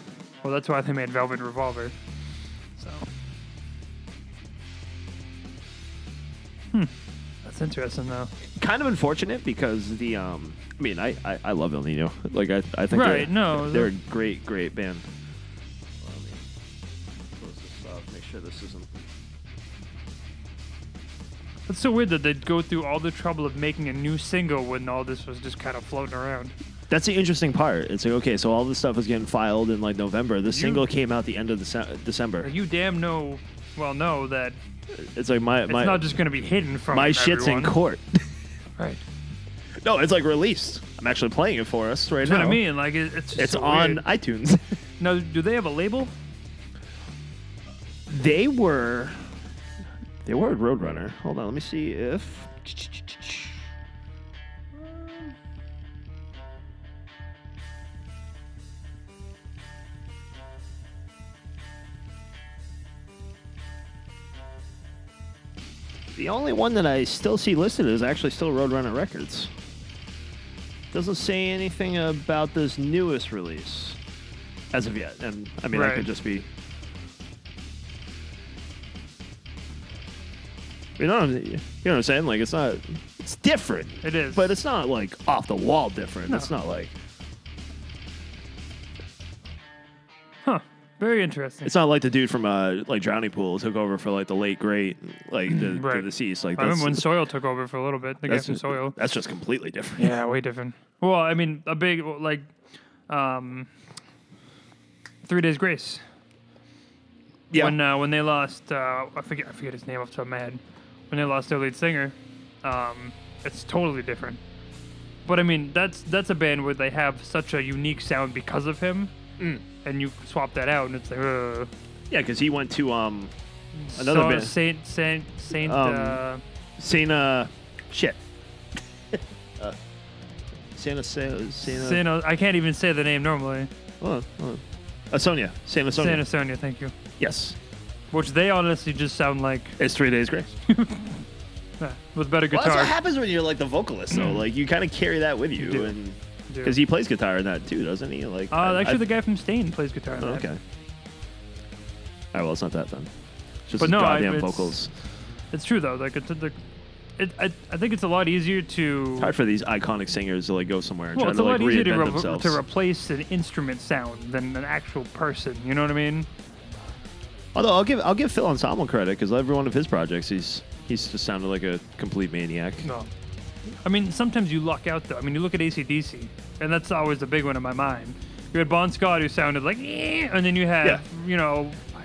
Speaker 4: well, that's why they made Velvet Revolver. So. Hmm. That's interesting, though.
Speaker 3: kind of unfortunate because the um I mean I I, I love El Nino like I I think they're,
Speaker 4: Right, no,
Speaker 3: they're a
Speaker 4: the-
Speaker 3: great great band. Let me close this up, Make sure this isn't.
Speaker 4: It's so weird that they'd go through all the trouble of making a new single when all this was just kind of floating around.
Speaker 3: That's the interesting part. It's like okay, so all this stuff is getting filed in like November. The single came out the end of Dece- December.
Speaker 4: You damn know, well, know that
Speaker 3: It's like my
Speaker 4: it's
Speaker 3: my
Speaker 4: not just going to be hidden from
Speaker 3: my shit's in
Speaker 4: everyone.
Speaker 3: court.
Speaker 4: [laughs] Right.
Speaker 3: no, it's like released. I'm actually playing it for us right
Speaker 4: That's
Speaker 3: now.
Speaker 4: what I mean. Like, it, it's just
Speaker 3: It's
Speaker 4: so
Speaker 3: on
Speaker 4: weird.
Speaker 3: iTunes. [laughs]
Speaker 4: Now, do they have a label?
Speaker 3: they were they were at Roadrunner. Hold on, let me see if The only one that I still see listed is actually still Roadrunner Records. Doesn't say anything about this newest release as of yet. And I mean, that
Speaker 4: Right.
Speaker 3: could just be. You know, what I'm- you know what I'm saying? Like, it's not. It's different.
Speaker 4: It is.
Speaker 3: But it's not, like, off the wall different. It's
Speaker 4: No.
Speaker 3: not like.
Speaker 4: Huh. Very interesting.
Speaker 3: It's not like the dude from uh, like Drowning Pool took over for like the late great like the, the
Speaker 4: Right.
Speaker 3: deceased. Like
Speaker 4: I
Speaker 3: that's,
Speaker 4: remember when Soil took over for a little bit. The guy
Speaker 3: that's,
Speaker 4: from Soil.
Speaker 3: [laughs] that's just completely different.
Speaker 4: Yeah, way different. Well, I mean, a big like, um, Three Days Grace.
Speaker 3: Yeah.
Speaker 4: When uh, when they lost, uh, I forget I forget his name off the top of my head. When they lost their lead singer, um, it's totally different. But I mean, that's that's a band where they have such a unique sound because of him,
Speaker 3: Mm.
Speaker 4: and you swap that out, and it's like, uh,
Speaker 3: Yeah, because he went to um Another
Speaker 4: Sa-
Speaker 3: band.
Speaker 4: Saint Saint Saint.
Speaker 3: Um,
Speaker 4: uh,
Speaker 3: Cena shit. [laughs] Uh, Santa Santa Santa.
Speaker 4: Saint I can't even say the name normally.
Speaker 3: Oh, oh. Uh, Sonia. Santa Sonia.
Speaker 4: Saint Sonia, thank you.
Speaker 3: Yes,
Speaker 4: Which they honestly just sound like
Speaker 3: it's three days grace.
Speaker 4: uh, with better
Speaker 3: Well,
Speaker 4: [laughs] guitar. Mm.
Speaker 3: that's what happens when you're like the vocalist, though. Like you kind of carry that with you,
Speaker 4: do.
Speaker 3: and
Speaker 4: Dude.
Speaker 3: because he plays guitar in that too, doesn't he? Like
Speaker 4: Uh,
Speaker 3: I-
Speaker 4: actually,
Speaker 3: I-
Speaker 4: the guy from Stain plays guitar. in
Speaker 3: Oh,
Speaker 4: that.
Speaker 3: okay. All right, well, it's not that then. It's just
Speaker 4: But
Speaker 3: his
Speaker 4: no, I-
Speaker 3: goddamn
Speaker 4: it's-
Speaker 3: vocals.
Speaker 4: It's true though. Like it's the, it, I, I think it's a lot easier to.
Speaker 3: It's hard for these iconic singers to like go somewhere and
Speaker 4: well,
Speaker 3: try
Speaker 4: it's
Speaker 3: to
Speaker 4: a
Speaker 3: like
Speaker 4: lot easier
Speaker 3: reinvent
Speaker 4: to, re-
Speaker 3: themselves.
Speaker 4: to replace an instrument sound than an actual person. You know what I mean?
Speaker 3: Although I'll give I'll give Phil Ensemble credit because every one of his projects, he's he's just sounded like a complete maniac.
Speaker 4: No. I mean, sometimes you luck out though. I mean, you look at ACDC, and that's always a big one in my mind. You had Bon Scott who sounded like, "Eh," and then you had,
Speaker 3: Yeah.
Speaker 4: you know, I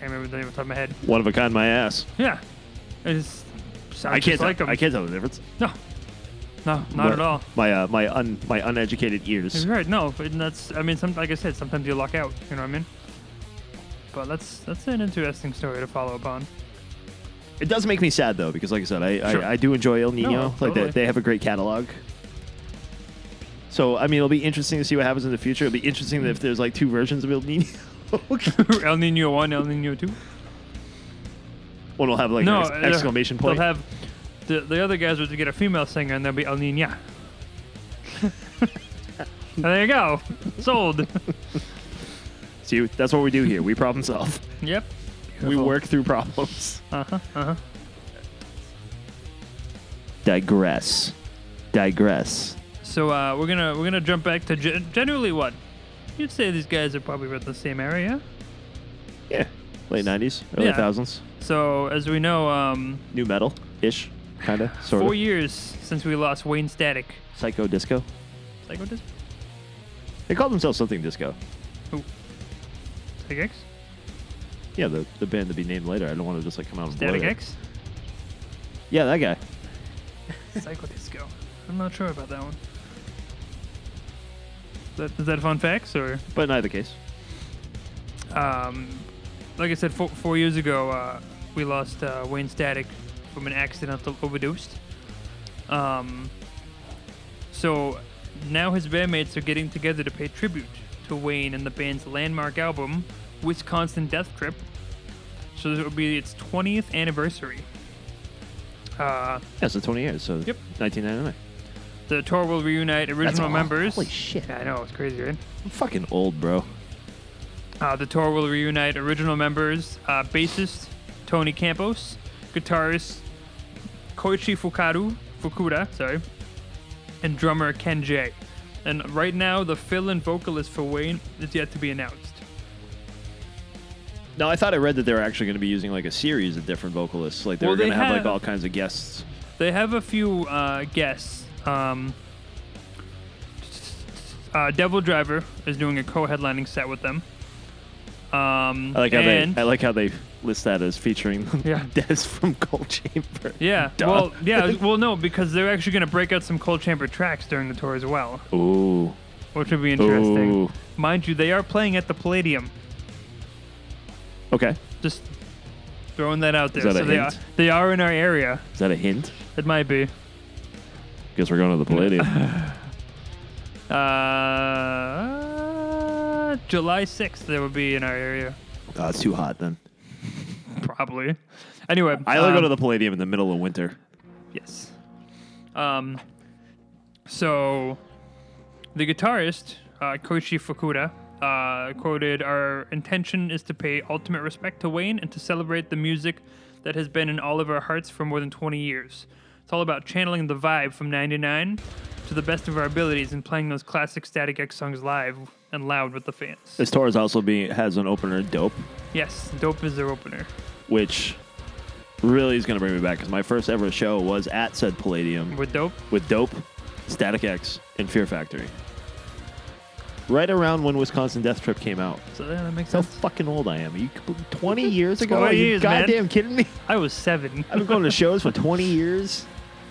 Speaker 4: can't remember the name off the top of my head.
Speaker 3: One of a kind, my ass.
Speaker 4: Yeah, it's sounds
Speaker 3: I can't
Speaker 4: just like
Speaker 3: tell,
Speaker 4: him.
Speaker 3: I can't tell the difference.
Speaker 4: No, no, not
Speaker 3: My-
Speaker 4: at all.
Speaker 3: My uh, my un, my uneducated ears.
Speaker 4: You're right. No, but that's. I mean, some, like I said, sometimes you luck out. You know what I mean? But that's that's an interesting story to follow up on. [laughs]
Speaker 3: It does make me sad though because, like I said, I
Speaker 4: Sure.
Speaker 3: I, I do enjoy El Nino. like
Speaker 4: totally.
Speaker 3: they, they have a great catalog. So I mean, it'll be interesting to see what happens in the future. It'll be interesting if there's like two versions of El Nino. [laughs]
Speaker 4: El Nino one, El Nino two.
Speaker 3: One will have like
Speaker 4: no
Speaker 3: an ex-
Speaker 4: uh,
Speaker 3: exclamation point.
Speaker 4: They'll have the, the other guys would get a female singer, and they'll be El Nina. [laughs] and there you go,
Speaker 3: [laughs]
Speaker 4: sold.
Speaker 3: see, that's what we do here. We problem solve.
Speaker 4: yep.
Speaker 3: we work through problems.
Speaker 4: Uh huh. Uh huh.
Speaker 3: Digress. Digress.
Speaker 4: So uh, we're gonna we're gonna jump back to gen- generally what you'd say these guys are probably about the same area.
Speaker 3: Yeah. Late nineties, early
Speaker 4: Yeah.
Speaker 3: thousands.
Speaker 4: So as we know, um,
Speaker 3: New metal ish, kinda, sort
Speaker 4: four
Speaker 3: of.
Speaker 4: years since we lost Wayne Static.
Speaker 3: Psycho disco.
Speaker 4: Psycho Disc?
Speaker 3: They called themselves something disco.
Speaker 4: Static X?
Speaker 3: Yeah, the, the band to be named later. I don't want to just like come out and blow
Speaker 4: Static
Speaker 3: it.
Speaker 4: X?
Speaker 3: Yeah, that guy.
Speaker 4: Psycho Disco. I'm not sure about that one. Is that, is that fun facts or?
Speaker 3: But in either case,
Speaker 4: Um, like I said, four, four years ago, uh, we lost uh, Wayne Static from an accidental overdose. Um, so now his bandmates are getting together to pay tribute to Wayne and the band's landmark album, Wisconsin Death Trip. So it will be its 20th anniversary. Uh,
Speaker 3: yeah, so 20 years. So
Speaker 4: Yep.
Speaker 3: 1999.
Speaker 4: the tour will reunite original
Speaker 3: awesome.
Speaker 4: members.
Speaker 3: Holy shit.
Speaker 4: I know, it's crazy, right?
Speaker 3: I'm fucking old, bro.
Speaker 4: Uh, the tour will reunite original members uh, bassist Tony Campos, guitarist Koichi Fukaru, Fukuda, sorry, and drummer Ken J. And right now, the fill in vocalist for Wayne is yet to be announced.
Speaker 3: No, I thought I read that they were actually going to be using like a series of different vocalists. Like they
Speaker 4: Well,
Speaker 3: were going
Speaker 4: they
Speaker 3: to have like
Speaker 4: have-
Speaker 3: all kinds of guests.
Speaker 4: They have a few uh, guests. Um, uh, Devil Driver is doing a co headlining set with them. Um,
Speaker 3: I like how
Speaker 4: and,
Speaker 3: they I like how they list that as featuring [laughs]
Speaker 4: Yeah.
Speaker 3: Des from Cold Chamber.
Speaker 4: Yeah.
Speaker 3: Duh.
Speaker 4: Well,
Speaker 3: [laughs]
Speaker 4: yeah. Well, no, because they're actually going to break out some cold chamber tracks during the tour as well,
Speaker 3: Ooh.
Speaker 4: which would be interesting.
Speaker 3: Ooh.
Speaker 4: Mind you, they are playing at the Palladium.
Speaker 3: Okay.
Speaker 4: Just throwing that out there.
Speaker 3: that a
Speaker 4: so they
Speaker 3: hint?
Speaker 4: are they are in our area.
Speaker 3: Is that a hint?
Speaker 4: It might be.
Speaker 3: Guess we're going to the Palladium. [laughs]
Speaker 4: Uh, July sixth, they would be in our area,
Speaker 3: oh, it's too hot then.
Speaker 4: probably. Anyway,
Speaker 3: I only go
Speaker 4: um,
Speaker 3: to the Palladium in the middle of winter.
Speaker 4: Yes. Um, so, the guitarist, uh, Koichi Fukuda, uh, quoted Our intention is to pay ultimate respect to Wayne and to celebrate the music that has been in all of our hearts for more than 20 years. It's all about channeling the vibe from 99 to the best of our abilities and playing those classic Static X songs live and loud with the fans.
Speaker 3: This tour is also being has an opener, Dope,
Speaker 4: Yes, Dope is their opener.
Speaker 3: which really is going to bring me back because my first ever show was at said Palladium
Speaker 4: With Dope,
Speaker 3: with Dope, Static X, and Fear Factory. Right around when Wisconsin Death Trip came out.
Speaker 4: so yeah, that makes
Speaker 3: That's
Speaker 4: sense.
Speaker 3: how fucking old I am. Are you kidding- 20 years ago? Are
Speaker 4: 20
Speaker 3: you
Speaker 4: years, man.
Speaker 3: goddamn kidding
Speaker 4: [laughs]
Speaker 3: me?
Speaker 4: I was seven.
Speaker 3: I've been going to shows for 20 years.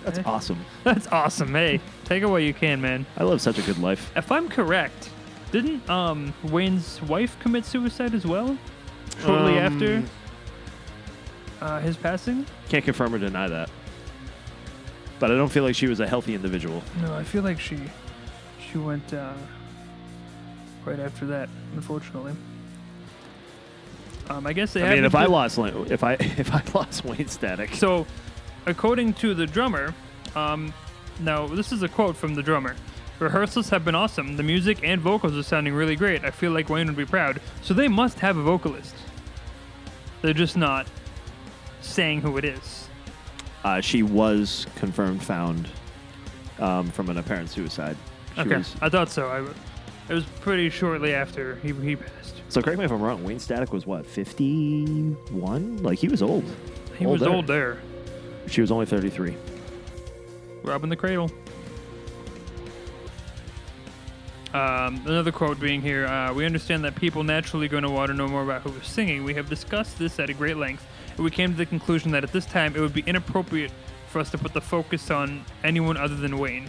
Speaker 3: That's awesome.
Speaker 4: [laughs] That's awesome. Hey, take it what you can, man.
Speaker 3: I live such a good life.
Speaker 4: If I'm correct, didn't um Wayne's wife commit suicide as well? Shortly
Speaker 3: Um,
Speaker 4: after uh, his passing?
Speaker 3: Can't confirm or deny that. But I don't feel like she was a healthy individual.
Speaker 4: No, I feel like she she went uh, right after that, unfortunately. Um, I guess they
Speaker 3: I mean,
Speaker 4: haven't
Speaker 3: if I
Speaker 4: put-
Speaker 3: lost Lin- if I [laughs] if I lost Wayne Static,
Speaker 4: So, according to the drummer, um, now this is a quote from the drummer. Rehearsals have been awesome. The music and vocals are sounding really great. I feel like Wayne would be proud. So they must have a vocalist. They're just not saying who it is.
Speaker 3: uh, she was confirmed found um, from an apparent suicide. She
Speaker 4: okay,
Speaker 3: was-
Speaker 4: I thought so. I, it was pretty shortly after he, he passed.
Speaker 3: so correct me if I'm wrong. Wayne Static was what 51? Like he was old.
Speaker 4: He was
Speaker 3: Older.
Speaker 4: old there.
Speaker 3: She was only 33.
Speaker 4: Robbing the Cradle. Um, another quote being here uh, We understand that people naturally go into water know more about who was singing. We have discussed this at a great length, and we came to the conclusion that at this time it would be inappropriate for us to put the focus on anyone other than Wayne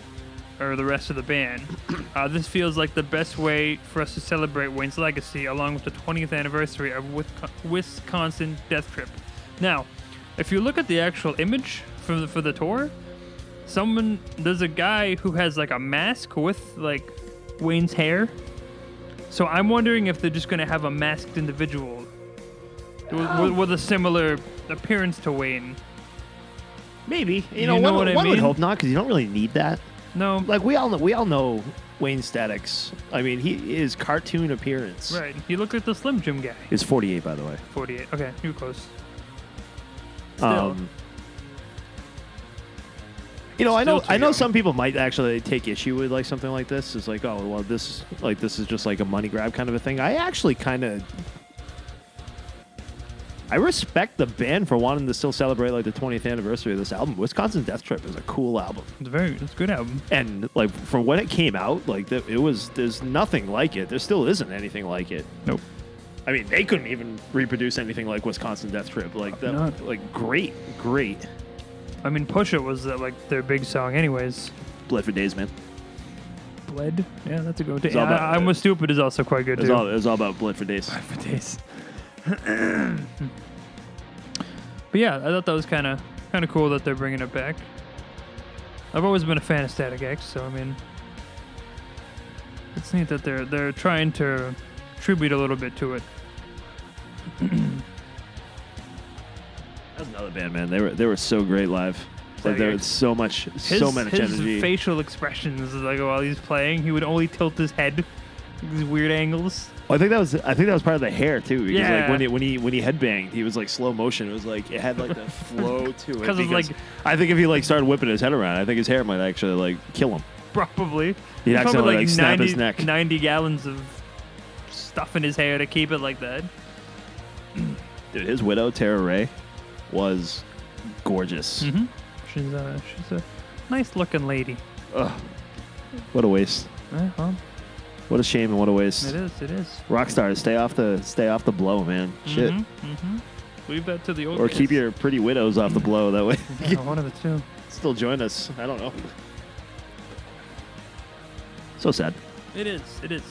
Speaker 4: or the rest of the band. [coughs] Uh, this feels like the best way for us to celebrate Wayne's legacy along with the 20th anniversary of Wis- Wisconsin Death Trip. Now, if you look at the actual image for the, for the tour, someone there's a guy who has like a mask with like Wayne's hair. So I'm wondering if they're just gonna have a masked individual with,
Speaker 3: Oh.
Speaker 4: with, with a similar appearance to Wayne.
Speaker 3: Maybe you,
Speaker 4: You
Speaker 3: know,
Speaker 4: know
Speaker 3: one,
Speaker 4: what I
Speaker 3: one would
Speaker 4: mean?
Speaker 3: hope not because you don't really need that.
Speaker 4: No,
Speaker 3: Like we all know, we all know Wayne Statics. I mean, he his cartoon appearance
Speaker 4: right? He looked like the Slim Jim guy.
Speaker 3: is 48, by the way.
Speaker 4: 48. Okay, you were close. Still,
Speaker 3: Um, you know, I know,
Speaker 4: Still too
Speaker 3: I know.
Speaker 4: young.
Speaker 3: Some people might actually take issue with like something like this. It's like, oh, well, this like this is just like a money grab kind of a thing. I actually kind of, I respect the band for wanting to still celebrate like the 20th anniversary of this album. Wisconsin Death Trip is a cool album,
Speaker 4: it's very it's a good album.
Speaker 3: and like from when it came out, like the, it was there's nothing like it. There still isn't anything like it.
Speaker 4: Nope.
Speaker 3: I mean, they couldn't even reproduce anything like Wisconsin Death Trip. Like that,
Speaker 4: No.
Speaker 3: like great, great.
Speaker 4: I mean, Push It was uh, like their big song, anyways.
Speaker 3: Bled for days, man.
Speaker 4: Bled. Yeah, that's a good.
Speaker 3: all
Speaker 4: Yeah,
Speaker 3: about-
Speaker 4: I, I was stupid is also quite good
Speaker 3: It was
Speaker 4: too.
Speaker 3: all it was all about blood for days.
Speaker 4: for [laughs] days. but yeah, I thought that was kind of kind of cool that they're bringing it back. I've always been a fan of Static X, so I mean, it's neat that they're they're trying to tribute a little bit to it.
Speaker 3: That was another band, man. They were they were so great live. Like there was so much, so
Speaker 4: His-
Speaker 3: much
Speaker 4: his
Speaker 3: energy.
Speaker 4: facial expressions, like while he's playing, he would only tilt his head, these weird angles. [laughs]
Speaker 3: Well, I think that was I think that was part of the hair too. Because like
Speaker 4: Yeah.
Speaker 3: when he when he when he headbanged, he was like slow motion. It was like it had like
Speaker 4: [laughs]
Speaker 3: the flow to it.
Speaker 4: 'Cause it's like-
Speaker 3: I think if he like started whipping his head around, I think his hair might actually like kill him.
Speaker 4: Probably.
Speaker 3: He'd accidentally,
Speaker 4: probably
Speaker 3: like, snap his neck.
Speaker 4: 90 gallons of stuff in his hair to keep it like that.
Speaker 3: Dude, his widow Tara Ray was gorgeous.
Speaker 4: Mhm. She's a she's a nice looking lady.
Speaker 3: Ugh. What a waste.
Speaker 4: Yeah, well,
Speaker 3: What a shame and what a
Speaker 4: it
Speaker 3: waste.
Speaker 4: is. It is.
Speaker 3: Rock stars, stay off the stay off the blow, man. Shit.
Speaker 4: Mhm, mhm. Leave that to the old.
Speaker 3: Or
Speaker 4: guys.
Speaker 3: keep your pretty widows off the blow. That way,
Speaker 4: [laughs] Yeah, one of the two.
Speaker 3: still join us. I don't know. So sad.
Speaker 4: It is. It is.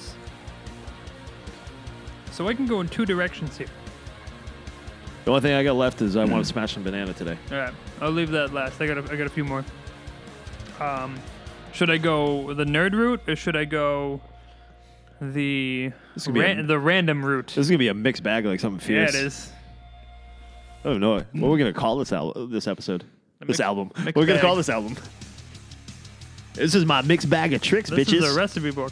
Speaker 4: So I can go in two directions here.
Speaker 3: The only thing I got left is I want to smash some banana today.
Speaker 4: All right, I'll leave that last. I got a, I got a few more. Um, should I go the nerd route or should I go the
Speaker 3: This could be
Speaker 4: ran-
Speaker 3: a-
Speaker 4: the random route?
Speaker 3: This is gonna be a mixed bag, like something
Speaker 4: yeah,
Speaker 3: fierce.
Speaker 4: it is.
Speaker 3: Oh no! What we're gonna call this al- this episode?
Speaker 4: mix-
Speaker 3: this album.
Speaker 4: mixed
Speaker 3: We're gonna
Speaker 4: bag.
Speaker 3: call this album. This is my mixed bag of tricks,
Speaker 4: This
Speaker 3: bitches.
Speaker 4: is a recipe book.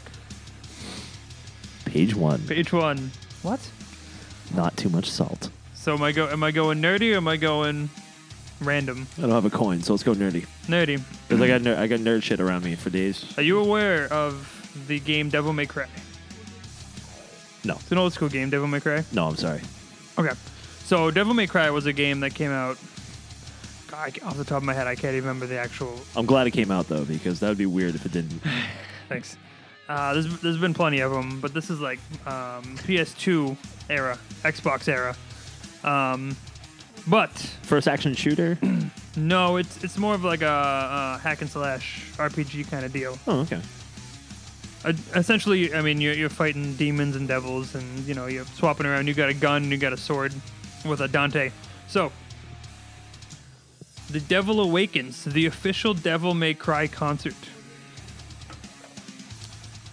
Speaker 3: Page one.
Speaker 4: Page one. What?
Speaker 3: Not too much salt.
Speaker 4: So am I go? Am I going nerdy or am I going random?
Speaker 3: I don't have a coin, so let's go nerdy.
Speaker 4: Nerdy.
Speaker 3: Cause I got ner- I got nerd shit around me for days.
Speaker 4: Are you aware of the game Devil May Cry?
Speaker 3: No,
Speaker 4: It's an old school game, Devil May Cry.
Speaker 3: no, I'm sorry.
Speaker 4: Okay. So Devil May Cry was a game that came out. God, I ca- off the top of my head, I can't even remember the actual
Speaker 3: I'm glad it came out though, because that would be weird if it didn't.
Speaker 4: Thanks. Uh, there's, there's been plenty of them, but this is like um, PS2 era, Xbox era. Um, but
Speaker 3: First action shooter.
Speaker 4: no, it's it's more of like a, a hack and slash RPG kind of deal.
Speaker 3: Oh, okay.
Speaker 4: Uh, essentially, I mean, you're, you're fighting demons and devils, and you know you're swapping around. You got a gun, you got a sword, with a Dante. So, the Devil Awakens, the official Devil May Cry concert.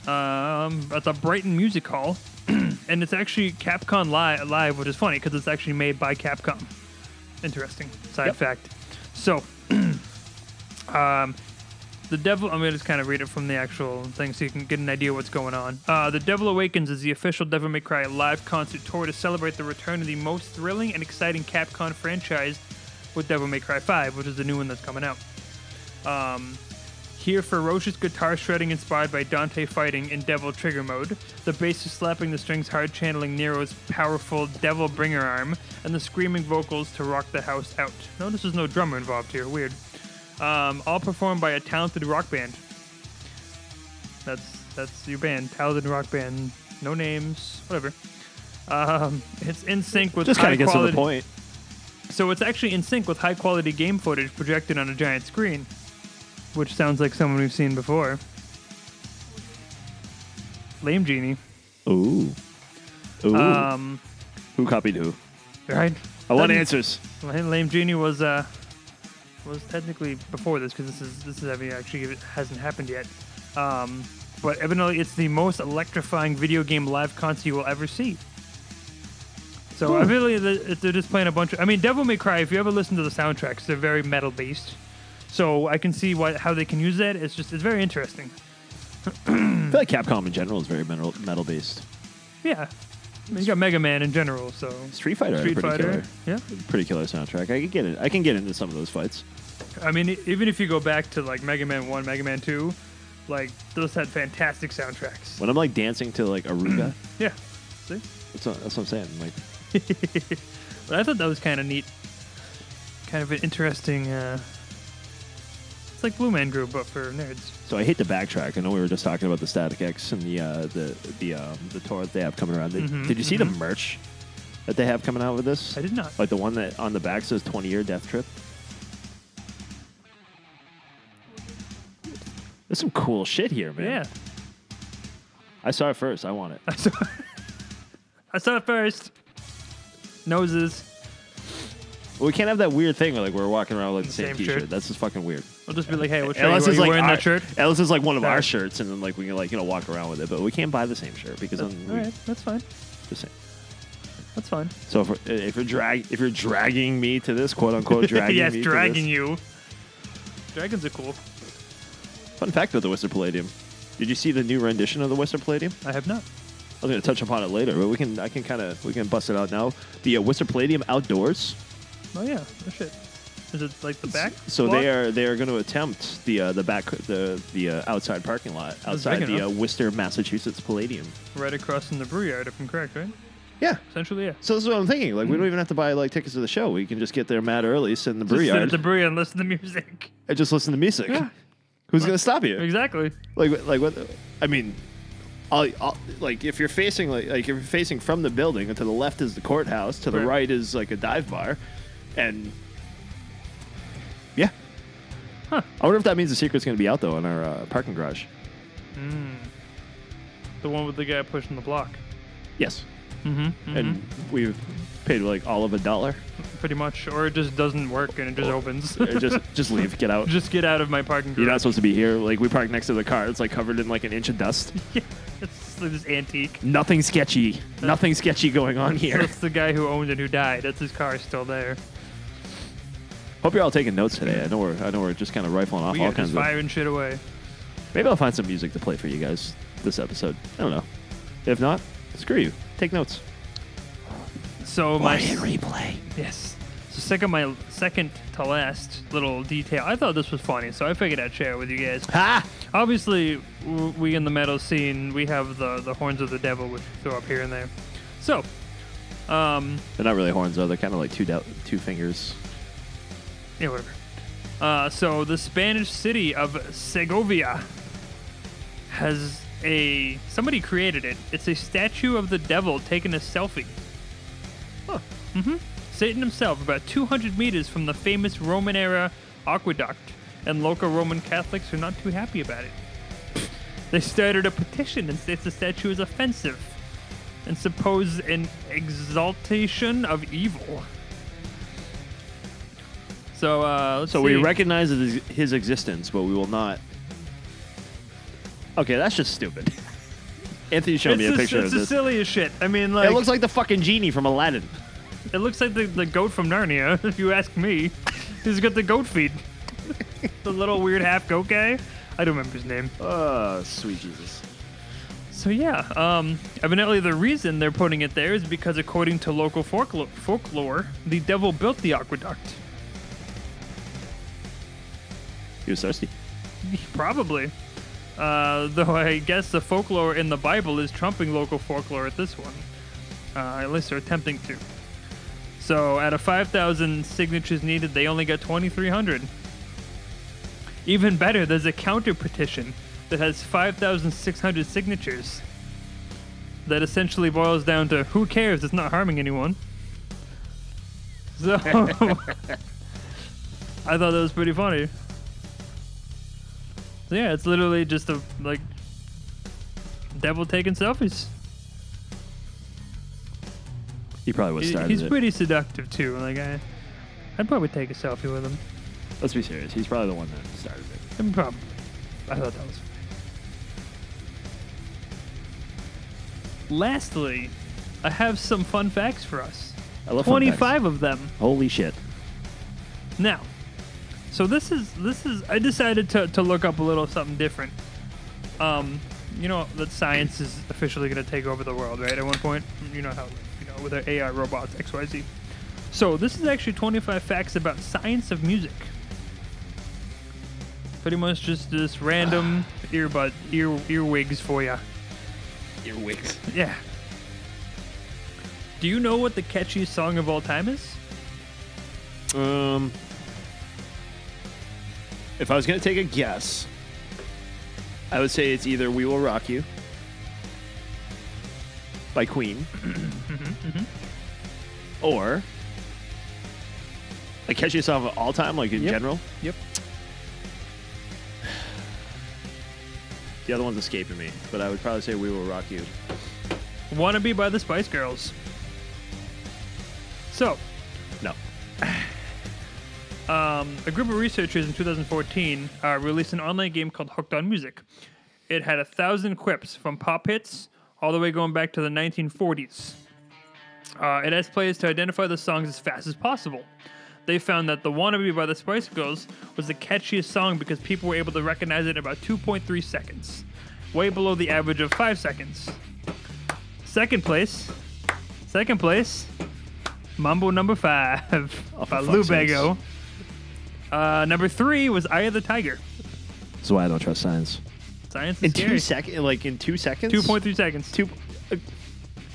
Speaker 4: Um, at the Brighton Music Hall, [clears throat] and it's actually Capcom Live, live which is funny because it's actually made by Capcom. Interesting side fact. So, um, the Devil. I'm gonna just kind of read it from the actual thing so you can get an idea what's going on. Uh, the Devil Awakens is the official Devil May Cry live concert tour to celebrate the return of the most thrilling and exciting Capcom franchise with Devil May Cry 5, which is the new one that's coming out. Um, hear ferocious guitar shredding inspired by Dante fighting in Devil Trigger mode, the bass is slapping the strings hard, channeling Nero's powerful Devil Bringer arm, and the screaming vocals to rock the house out. Notice there's no drummer involved here. Weird. Um, all performed by a talented rock band. That's that's your band, talented rock band. No names, whatever. Um, it's in sync with
Speaker 3: Just kind
Speaker 4: high
Speaker 3: of gets to the
Speaker 4: quality-
Speaker 3: point.
Speaker 4: so it's actually in sync with high quality game footage projected on a giant screen, which sounds like someone we've seen before. Lame Genie.
Speaker 3: Ooh. Ooh.
Speaker 4: Um,
Speaker 3: who copied who?
Speaker 4: right?
Speaker 3: Uh, I want
Speaker 4: Doesn't-
Speaker 3: answers.
Speaker 4: Lame Lame Genie was uh, was technically before this because this is this is I mean, actually it hasn't happened yet. Um, but evidently, it's the most electrifying video game live concert you will ever see. So evidently, the- they're just playing a bunch of. I mean, Devil May Cry. If you ever listen to the soundtracks, they're very metal based. So I can see why how they can use that. It's just it's very interesting.
Speaker 3: I feel like Capcom in general is very metal metal based.
Speaker 4: Yeah, I mean, you got Mega Man in general. So
Speaker 3: Street Fighter,
Speaker 4: Street
Speaker 3: had a pretty
Speaker 4: Fighter.
Speaker 3: killer,
Speaker 4: Yeah.
Speaker 3: pretty killer soundtrack. I can get it. I can get into some of those fights.
Speaker 4: I mean, e- even if you go back to like Mega Man One, Mega Man Two, like those had fantastic soundtracks.
Speaker 3: When I'm like dancing to like [clears throat] Aruga,
Speaker 4: Yeah, see, [laughs]
Speaker 3: that's what, that's what I'm saying. Like,
Speaker 4: but I thought that was kind of neat, kind of an interesting uh, It's like Blue Man Group, but for nerds.
Speaker 3: So I hate to backtrack. I know we were just talking about the Static X and the uh, the the um, the tour that they have coming around. Did,
Speaker 4: Mhm,
Speaker 3: did you see the merch that they have coming out with this?
Speaker 4: I did not.
Speaker 3: Like the one that on the back says "20 Year Death Trip." There's some cool shit here, man.
Speaker 4: yeah. [laughs]
Speaker 3: I saw it first. I want it.
Speaker 4: I saw, I saw it first. Noses.
Speaker 3: we can't have that weird thing where like we're walking around with like, the same,
Speaker 4: Same
Speaker 3: T-shirt.
Speaker 4: shirt.
Speaker 3: That's just fucking weird.
Speaker 4: I'll just be like, hey, what's
Speaker 3: Unless
Speaker 4: you,
Speaker 3: it's
Speaker 4: you
Speaker 3: like
Speaker 4: wearing
Speaker 3: our, [laughs]
Speaker 4: that shirt?
Speaker 3: Unless it's like one of
Speaker 4: Sorry.
Speaker 3: our shirts, and then like we can like you know walk around with it, but we can't buy the same shirt because
Speaker 4: That's,
Speaker 3: then
Speaker 4: Oh, all
Speaker 3: we-
Speaker 4: right, that's fine.
Speaker 3: just saying.
Speaker 4: That's fine.
Speaker 3: So if, we're- if you're drag if you're dragging me to this quote
Speaker 4: [laughs]
Speaker 3: unquote dragging
Speaker 4: yes,
Speaker 3: me to this,
Speaker 4: dragging you. Dragons are cool.
Speaker 3: Fun fact about the Whistler Palladium. Did you see the new rendition of the Whistler Palladium?
Speaker 4: I have not.
Speaker 3: I was going to touch upon it later, but we can I can kind of we can bust it out now. The uh, Whistler Palladium outdoors.
Speaker 4: Oh yeah. Oh shit. Is it like the back?
Speaker 3: So
Speaker 4: block?
Speaker 3: they are they are going to attempt the uh, the back the the uh, outside parking lot outside
Speaker 4: big
Speaker 3: the uh,
Speaker 4: enough.
Speaker 3: Worcester, Massachusetts Palladium.
Speaker 4: right across from the brewery yard, if I'm correct, right?
Speaker 3: Yeah.
Speaker 4: Essentially, yeah.
Speaker 3: So this is what I'm thinking. Like we don't even have to buy like tickets to the show. We can just get there mad early, sit in the
Speaker 4: Just
Speaker 3: brewery
Speaker 4: sit at
Speaker 3: yard,
Speaker 4: the brewery and listen to music.
Speaker 3: and just listen to music.
Speaker 4: Yeah.
Speaker 3: Who's going to stop you?
Speaker 4: Exactly.
Speaker 3: like like what i mean I'll, I'll, like if you're facing like, like if you're facing from the building and to the left is the courthouse to the
Speaker 4: Right.
Speaker 3: right, is like a dive bar and yeah i wonder if that means the secret's going to be out though in our uh, parking garage
Speaker 4: The one with the guy pushing the block.
Speaker 3: yes
Speaker 4: Mm-hmm.
Speaker 3: and we've paid like all of a
Speaker 4: [laughs]
Speaker 3: dollar
Speaker 4: Pretty much. Or it just doesn't work and it
Speaker 3: Oh.
Speaker 4: just opens. [laughs]
Speaker 3: Or just just leave get out
Speaker 4: just get out of my parking garage.
Speaker 3: you're not supposed to be here like we parked next to the car it's like covered in like an inch of dust
Speaker 4: Yeah, [laughs] it's like this antique.
Speaker 3: nothing sketchy nothing sketchy going on here
Speaker 4: That's the guy who owned it who died. That's his car still there.
Speaker 3: hope you're all taking notes today i know we're i know we're just kind of rifling off
Speaker 4: We
Speaker 3: all
Speaker 4: are
Speaker 3: kinds
Speaker 4: just
Speaker 3: of
Speaker 4: firing shit away.
Speaker 3: Maybe I'll find some music to play for you guys this episode. I don't know. If not, screw you. Take notes.
Speaker 4: So my
Speaker 3: replay.
Speaker 4: yes. So second my second to last little detail. I thought this was funny, so I figured I'd share it with you guys.
Speaker 3: Ha!
Speaker 4: Obviously, w- we in the metal scene we have the the horns of the devil which we throw up here and there. So, um,
Speaker 3: They're not really horns though. They're kind of like two dou- two fingers.
Speaker 4: yeah, whatever. Uh, so the Spanish city of Segovia has a somebody created it. It's a statue of the devil taking a selfie.
Speaker 3: Huh.
Speaker 4: hmm Satan himself, about 200 meters from the famous Roman era aqueduct, and local Roman Catholics are not too happy about it. [laughs] They started a petition and states the statue is offensive and suppose an exaltation of evil. So, uh, let's
Speaker 3: So we
Speaker 4: see.
Speaker 3: recognize his his existence, but we will not. Okay, that's just [laughs] stupid. Anthony showed
Speaker 4: it's
Speaker 3: me a
Speaker 4: the-
Speaker 3: picture
Speaker 4: it's
Speaker 3: of
Speaker 4: the
Speaker 3: this.
Speaker 4: silliest shit. I mean, like
Speaker 3: It looks like the fucking genie from Aladdin.
Speaker 4: It looks like the, the goat from Narnia, [laughs] if you ask me. He's got the goat
Speaker 3: [laughs]
Speaker 4: feet. the little weird half goat guy. I don't remember his name.
Speaker 3: Oh, sweet Jesus.
Speaker 4: So yeah, um, evidently the reason they're putting it there is because according to local folklore, folklore the devil built the aqueduct.
Speaker 3: He was thirsty.
Speaker 4: [laughs] Probably. Uh, though I guess the folklore in the Bible is trumping local folklore at this one. Uh, at least they're attempting to. So out of 5,000 signatures needed, they only got 2,300. Even better, there's a counter petition that has 5,600 signatures. That essentially boils down to who cares? It's not harming anyone. So [laughs] I thought that was pretty funny. So yeah, it's literally just a like devil taking selfies.
Speaker 3: He probably was
Speaker 4: He-
Speaker 3: started
Speaker 4: He's
Speaker 3: it.
Speaker 4: pretty seductive too. Like I, I'd probably take a selfie with him.
Speaker 3: Let's be serious. He's probably the one that started it.
Speaker 4: I'm probably. I thought that was. Lastly, I have some fun facts for us.
Speaker 3: I love fun facts.
Speaker 4: Twenty-five of them.
Speaker 3: Holy shit.
Speaker 4: Now, so this is this is I decided to, to look up a little something different. Um, you know that science is officially going to take over the world, right? At one point, you know how you know with our AI robots X Y Z. So this is actually 25 facts about science of music. Pretty much just this random earbud ear earwigs for you.
Speaker 3: Your wigs.
Speaker 4: Yeah. Do you know what the catchiest song of all time is?
Speaker 3: Um, If I was going to take a guess, I would say it's either We Will Rock You by Queen [clears throat] Mm-hmm, or like Catch Yourself at all time, like in
Speaker 4: Yep.
Speaker 3: general.
Speaker 4: Yep.
Speaker 3: The other one's escaping me, but I would probably say We Will Rock You.
Speaker 4: Wannabe by the Spice Girls. So,
Speaker 3: No.
Speaker 4: um, a group of researchers in 2014 uh, released an online game called Hooked on Music. It had a thousand quips from pop hits all the way going back to the 1940s. Uh, it asked players to identify the songs as fast as possible. They found that the Wannabe by the Spice Girls was the catchiest song because people were able to recognize it in about 2.3 seconds, way below the average of 5 seconds. Second place, second place, Mambo number 5
Speaker 3: Oh, for
Speaker 4: by
Speaker 3: fuck's
Speaker 4: Lubego. Uh, number 3 was Eye of the Tiger.
Speaker 3: That's why I don't trust science.
Speaker 4: Science is
Speaker 3: In two
Speaker 4: scary.
Speaker 3: seconds, like in two seconds,
Speaker 4: 2.3 seconds.
Speaker 3: two. uh,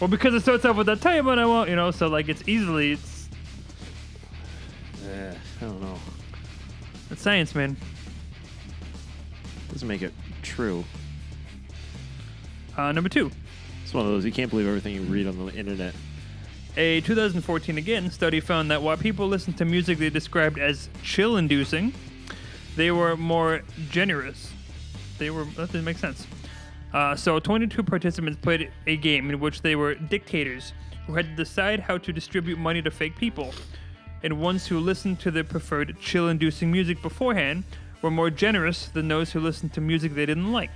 Speaker 4: Well, because it starts off with that time, and I won't, you know, so like it's easily, it's,
Speaker 3: eh, I don't know.
Speaker 4: it's science, man.
Speaker 3: Doesn't make it true.
Speaker 4: Uh, number 2.
Speaker 3: It's one of those you can't believe everything you read on the internet.
Speaker 4: A 2014 again study found that while people listened to music they described as chill inducing, they were more generous. They were, that didn't make sense. Uh, so 22 participants played a game in which they were dictators who had to decide how to distribute money to fake people. And ones who listened to their preferred chill inducing music beforehand were more generous than those who listened to music they didn't like,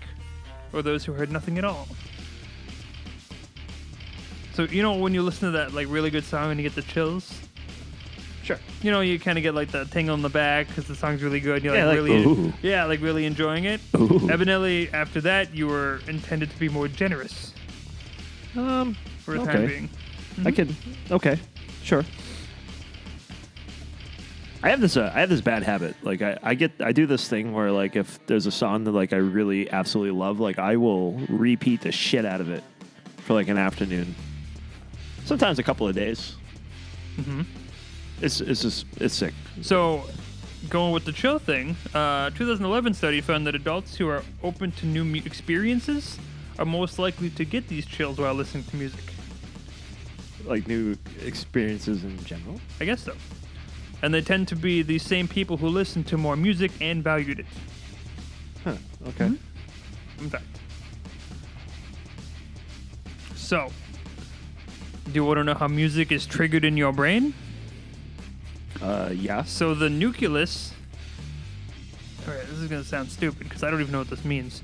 Speaker 4: or those who heard nothing at all. So you know when you listen to that like really good song and you get the chills.
Speaker 3: Sure.
Speaker 4: You know you kind of get like the tingle in the back because the song's really good. And you're
Speaker 3: Yeah,
Speaker 4: like,
Speaker 3: like,
Speaker 4: really,
Speaker 3: ooh.
Speaker 4: yeah, like really enjoying it.
Speaker 3: Ooh.
Speaker 4: Evidently, after that, you were intended to be more generous
Speaker 3: Um,
Speaker 4: for the time
Speaker 3: Okay.
Speaker 4: being. mm-hmm.
Speaker 3: I can. Okay, sure. I have this. Uh, I have this bad habit. Like I, I get. I do this thing where like if there's a song that like I really absolutely love, like I will repeat the shit out of it for like an afternoon. Sometimes a couple of days. Mm-hmm. It's it's just it's sick.
Speaker 4: So, going with the chill thing, uh, 2011 study found that adults who are open to new mu- experiences are most likely to get these chills while listening to music.
Speaker 3: Like new experiences in general.
Speaker 4: I guess so. And they tend to be the same people who listened to more music and valued it.
Speaker 3: Huh. Okay.
Speaker 4: Mm-hmm. in fact. So, do you want to know how music is triggered in your brain?
Speaker 3: Uh, yes.
Speaker 4: So the nucleus. All right, this is gonna sound stupid because I don't even know what this means.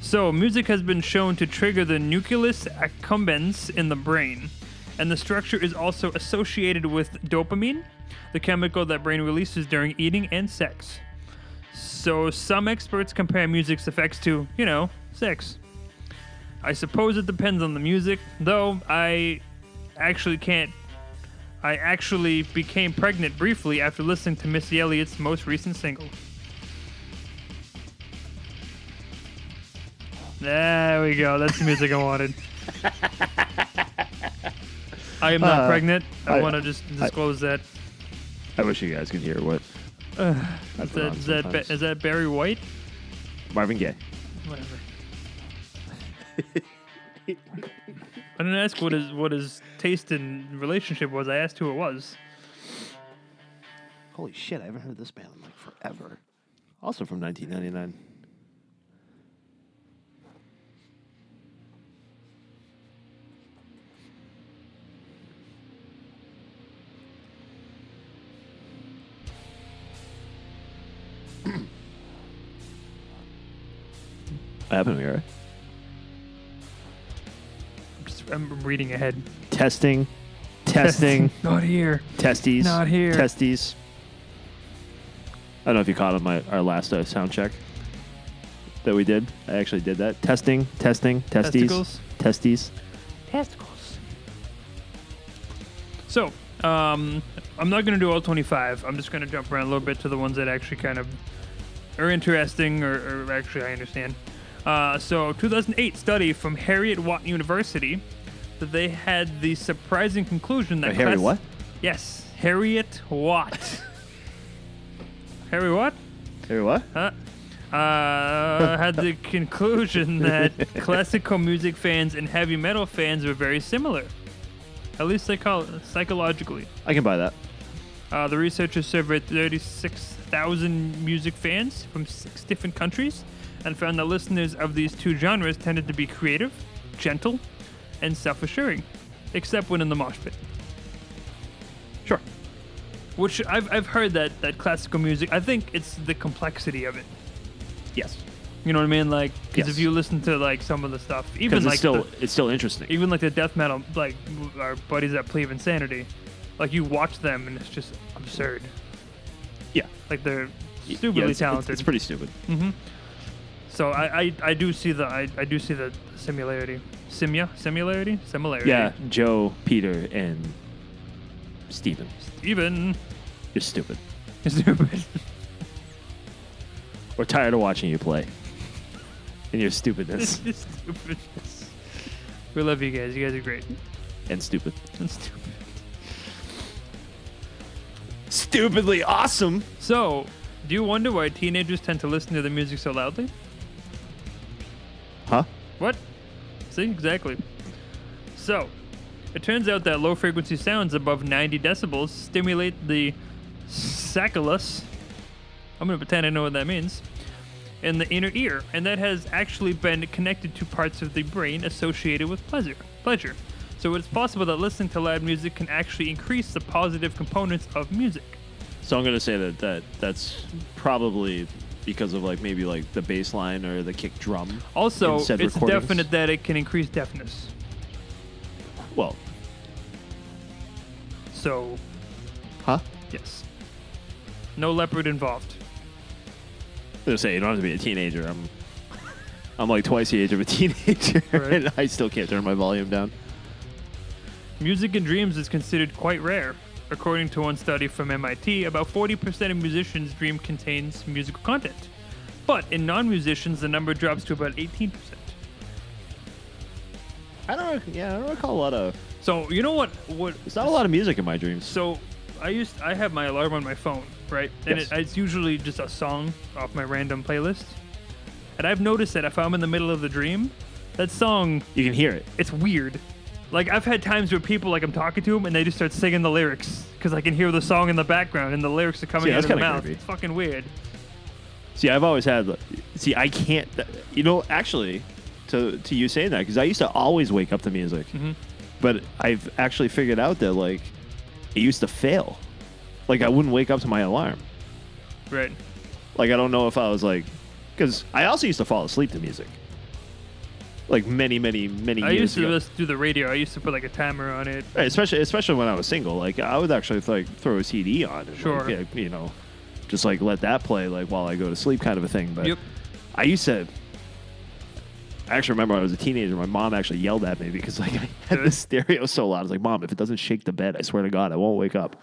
Speaker 4: So music has been shown to trigger the nucleus accumbens in the brain, and the structure is also associated with dopamine, the chemical that brain releases during eating and sex. So some experts compare music's effects to, you know, sex. I suppose it depends on the music, though I actually can't I actually became pregnant briefly after listening to Missy Elliott's most recent single. There we go. That's the music I
Speaker 3: [laughs]
Speaker 4: wanted. I am not
Speaker 3: Uh,
Speaker 4: pregnant. I,
Speaker 3: I-
Speaker 4: want to just disclose that.
Speaker 3: I wish you guys could hear what. I've
Speaker 4: Is
Speaker 3: been
Speaker 4: that,
Speaker 3: on
Speaker 4: is that,
Speaker 3: sometimes.
Speaker 4: ba- is that Barry White?
Speaker 3: Marvin Gaye.
Speaker 4: Whatever. [laughs] I didn't ask what his what his taste in relationship was. I asked who it was.
Speaker 3: Holy shit, I haven't heard this band in like forever. Also from 1999. What happened to me, right?
Speaker 4: I'm, just, I'm reading ahead.
Speaker 3: Testing,
Speaker 4: [laughs]
Speaker 3: testing,
Speaker 4: Not here.
Speaker 3: testes,
Speaker 4: Not here.
Speaker 3: testes. I don't know if you caught on my our last uh, sound check that we did. I actually did that. Testing, testing, testes,
Speaker 4: Testicles?
Speaker 3: testes.
Speaker 4: testicles. So, um, I'm not going to do all 25. I'm just going to jump around a little bit to the ones that actually kind of are interesting or, or actually I understand. Uh, so, 2008 study from Harriet Watt University that they had the surprising conclusion that
Speaker 3: Wait, Harriet
Speaker 4: class-
Speaker 3: what? [laughs]
Speaker 4: Yes, Harriet Watt. Harriet Watt?
Speaker 3: Hey, what?
Speaker 4: Huh? Uh, had
Speaker 3: [laughs]
Speaker 4: the conclusion that classical music fans and heavy metal fans were very similar, at least psycho- psychologically.
Speaker 3: I can buy that.
Speaker 4: Uh, the researchers surveyed 36,000 music fans from six different countries and found that listeners of these two genres tended to be creative, gentle, and self assuring, except when in the mosh pit.
Speaker 3: Sure.
Speaker 4: Which I've, I've heard that, that classical music, I think it's the complexity of it.
Speaker 3: Yes.
Speaker 4: You know what I mean? Like, because
Speaker 3: Yes.
Speaker 4: if you listen to like some of the stuff, even
Speaker 3: Because
Speaker 4: like
Speaker 3: it's still
Speaker 4: the,
Speaker 3: it's still interesting.
Speaker 4: even like the death metal, like our buddies that Plebe Insanity, like you watch them and it's just absurd.
Speaker 3: yeah.
Speaker 4: Like they're
Speaker 3: Yeah,
Speaker 4: stupidly
Speaker 3: it's- it's-
Speaker 4: talented.
Speaker 3: It's, pretty stupid.
Speaker 4: So I, I, I do see the I, I do see the similarity. Simia similarity similarity.
Speaker 3: Yeah. Joe, Peter, and Steven. [laughs]
Speaker 4: Even
Speaker 3: You're stupid.
Speaker 4: stupid.
Speaker 3: We're tired of watching you play. And your
Speaker 4: [laughs]
Speaker 3: stupidness.
Speaker 4: stupid. We love you guys. You guys are great. [laughs]
Speaker 3: and stupid.
Speaker 4: And stupid.
Speaker 3: Stupidly awesome.
Speaker 4: So, do you wonder why teenagers tend to listen to the music so loudly?
Speaker 3: Huh?
Speaker 4: What? See, exactly. So, it turns out that low frequency sounds above 90 decibels stimulate the sacculus. I'm going to pretend I know what that means. In the inner ear, and that has actually been connected to parts of the brain associated with pleasure. Pleasure. So it's possible that listening to loud music can actually increase the positive components of music.
Speaker 3: So I'm gonna say that, that that's probably because of like maybe like the bass line or the kick drum.
Speaker 4: Also,
Speaker 3: in
Speaker 4: it's
Speaker 3: said recordings.
Speaker 4: definite that it can increase deafness.
Speaker 3: Well,
Speaker 4: So,
Speaker 3: huh?
Speaker 4: yes. No leopard involved.
Speaker 3: I'm gonna say you don't have to be a teenager. I'm I'm like twice the age of a [laughs] teenager,
Speaker 4: Right.
Speaker 3: and I still can't turn my volume down.
Speaker 4: Music in dreams is considered quite rare. According to one study from MIT, about 40% of musicians' dream contains musical content. But in non musicians, the number drops to about 18%.
Speaker 3: I don't. Yeah, I don't recall a lot of.
Speaker 4: So, you know what? what
Speaker 3: There's not a lot of music in my dreams.
Speaker 4: So, I used I have my alarm on my phone, right? And
Speaker 3: Yes.
Speaker 4: it, it's usually just a song off my random playlist. And I've noticed that if I'm in the middle of the dream, that song
Speaker 3: You can hear it.
Speaker 4: it's weird. Like I've had times where people like I'm talking to them and they just start singing the lyrics because I can hear the song in the background and the lyrics are coming
Speaker 3: Yeah,
Speaker 4: out
Speaker 3: that's
Speaker 4: of their
Speaker 3: kinda
Speaker 4: mouth.
Speaker 3: creepy.
Speaker 4: It's fucking weird.
Speaker 3: See, I've always had. See, I can't. You know, actually, to to you saying that because I used to always wake up to music,
Speaker 4: Mm-hmm.
Speaker 3: but I've actually figured out that like it used to fail. Like I wouldn't wake up to my alarm.
Speaker 4: Right.
Speaker 3: Like I don't know if I was like, because I also used to fall asleep to music. Like many, many, many
Speaker 4: I
Speaker 3: years
Speaker 4: used to
Speaker 3: ago.
Speaker 4: listen to the radio. I used to put like a timer on it.
Speaker 3: Right, especially especially when I was single, like I would actually like throw a CD on, and, like,
Speaker 4: Sure.
Speaker 3: yeah, you know, just like let that play like while I go to sleep, kind of a thing. But
Speaker 4: Yep.
Speaker 3: I used to. I actually remember when I was a teenager. My mom actually yelled at me because like [laughs] I had the stereo so loud. I was like, "Mom, if it doesn't shake the bed, I swear to God, I won't wake up."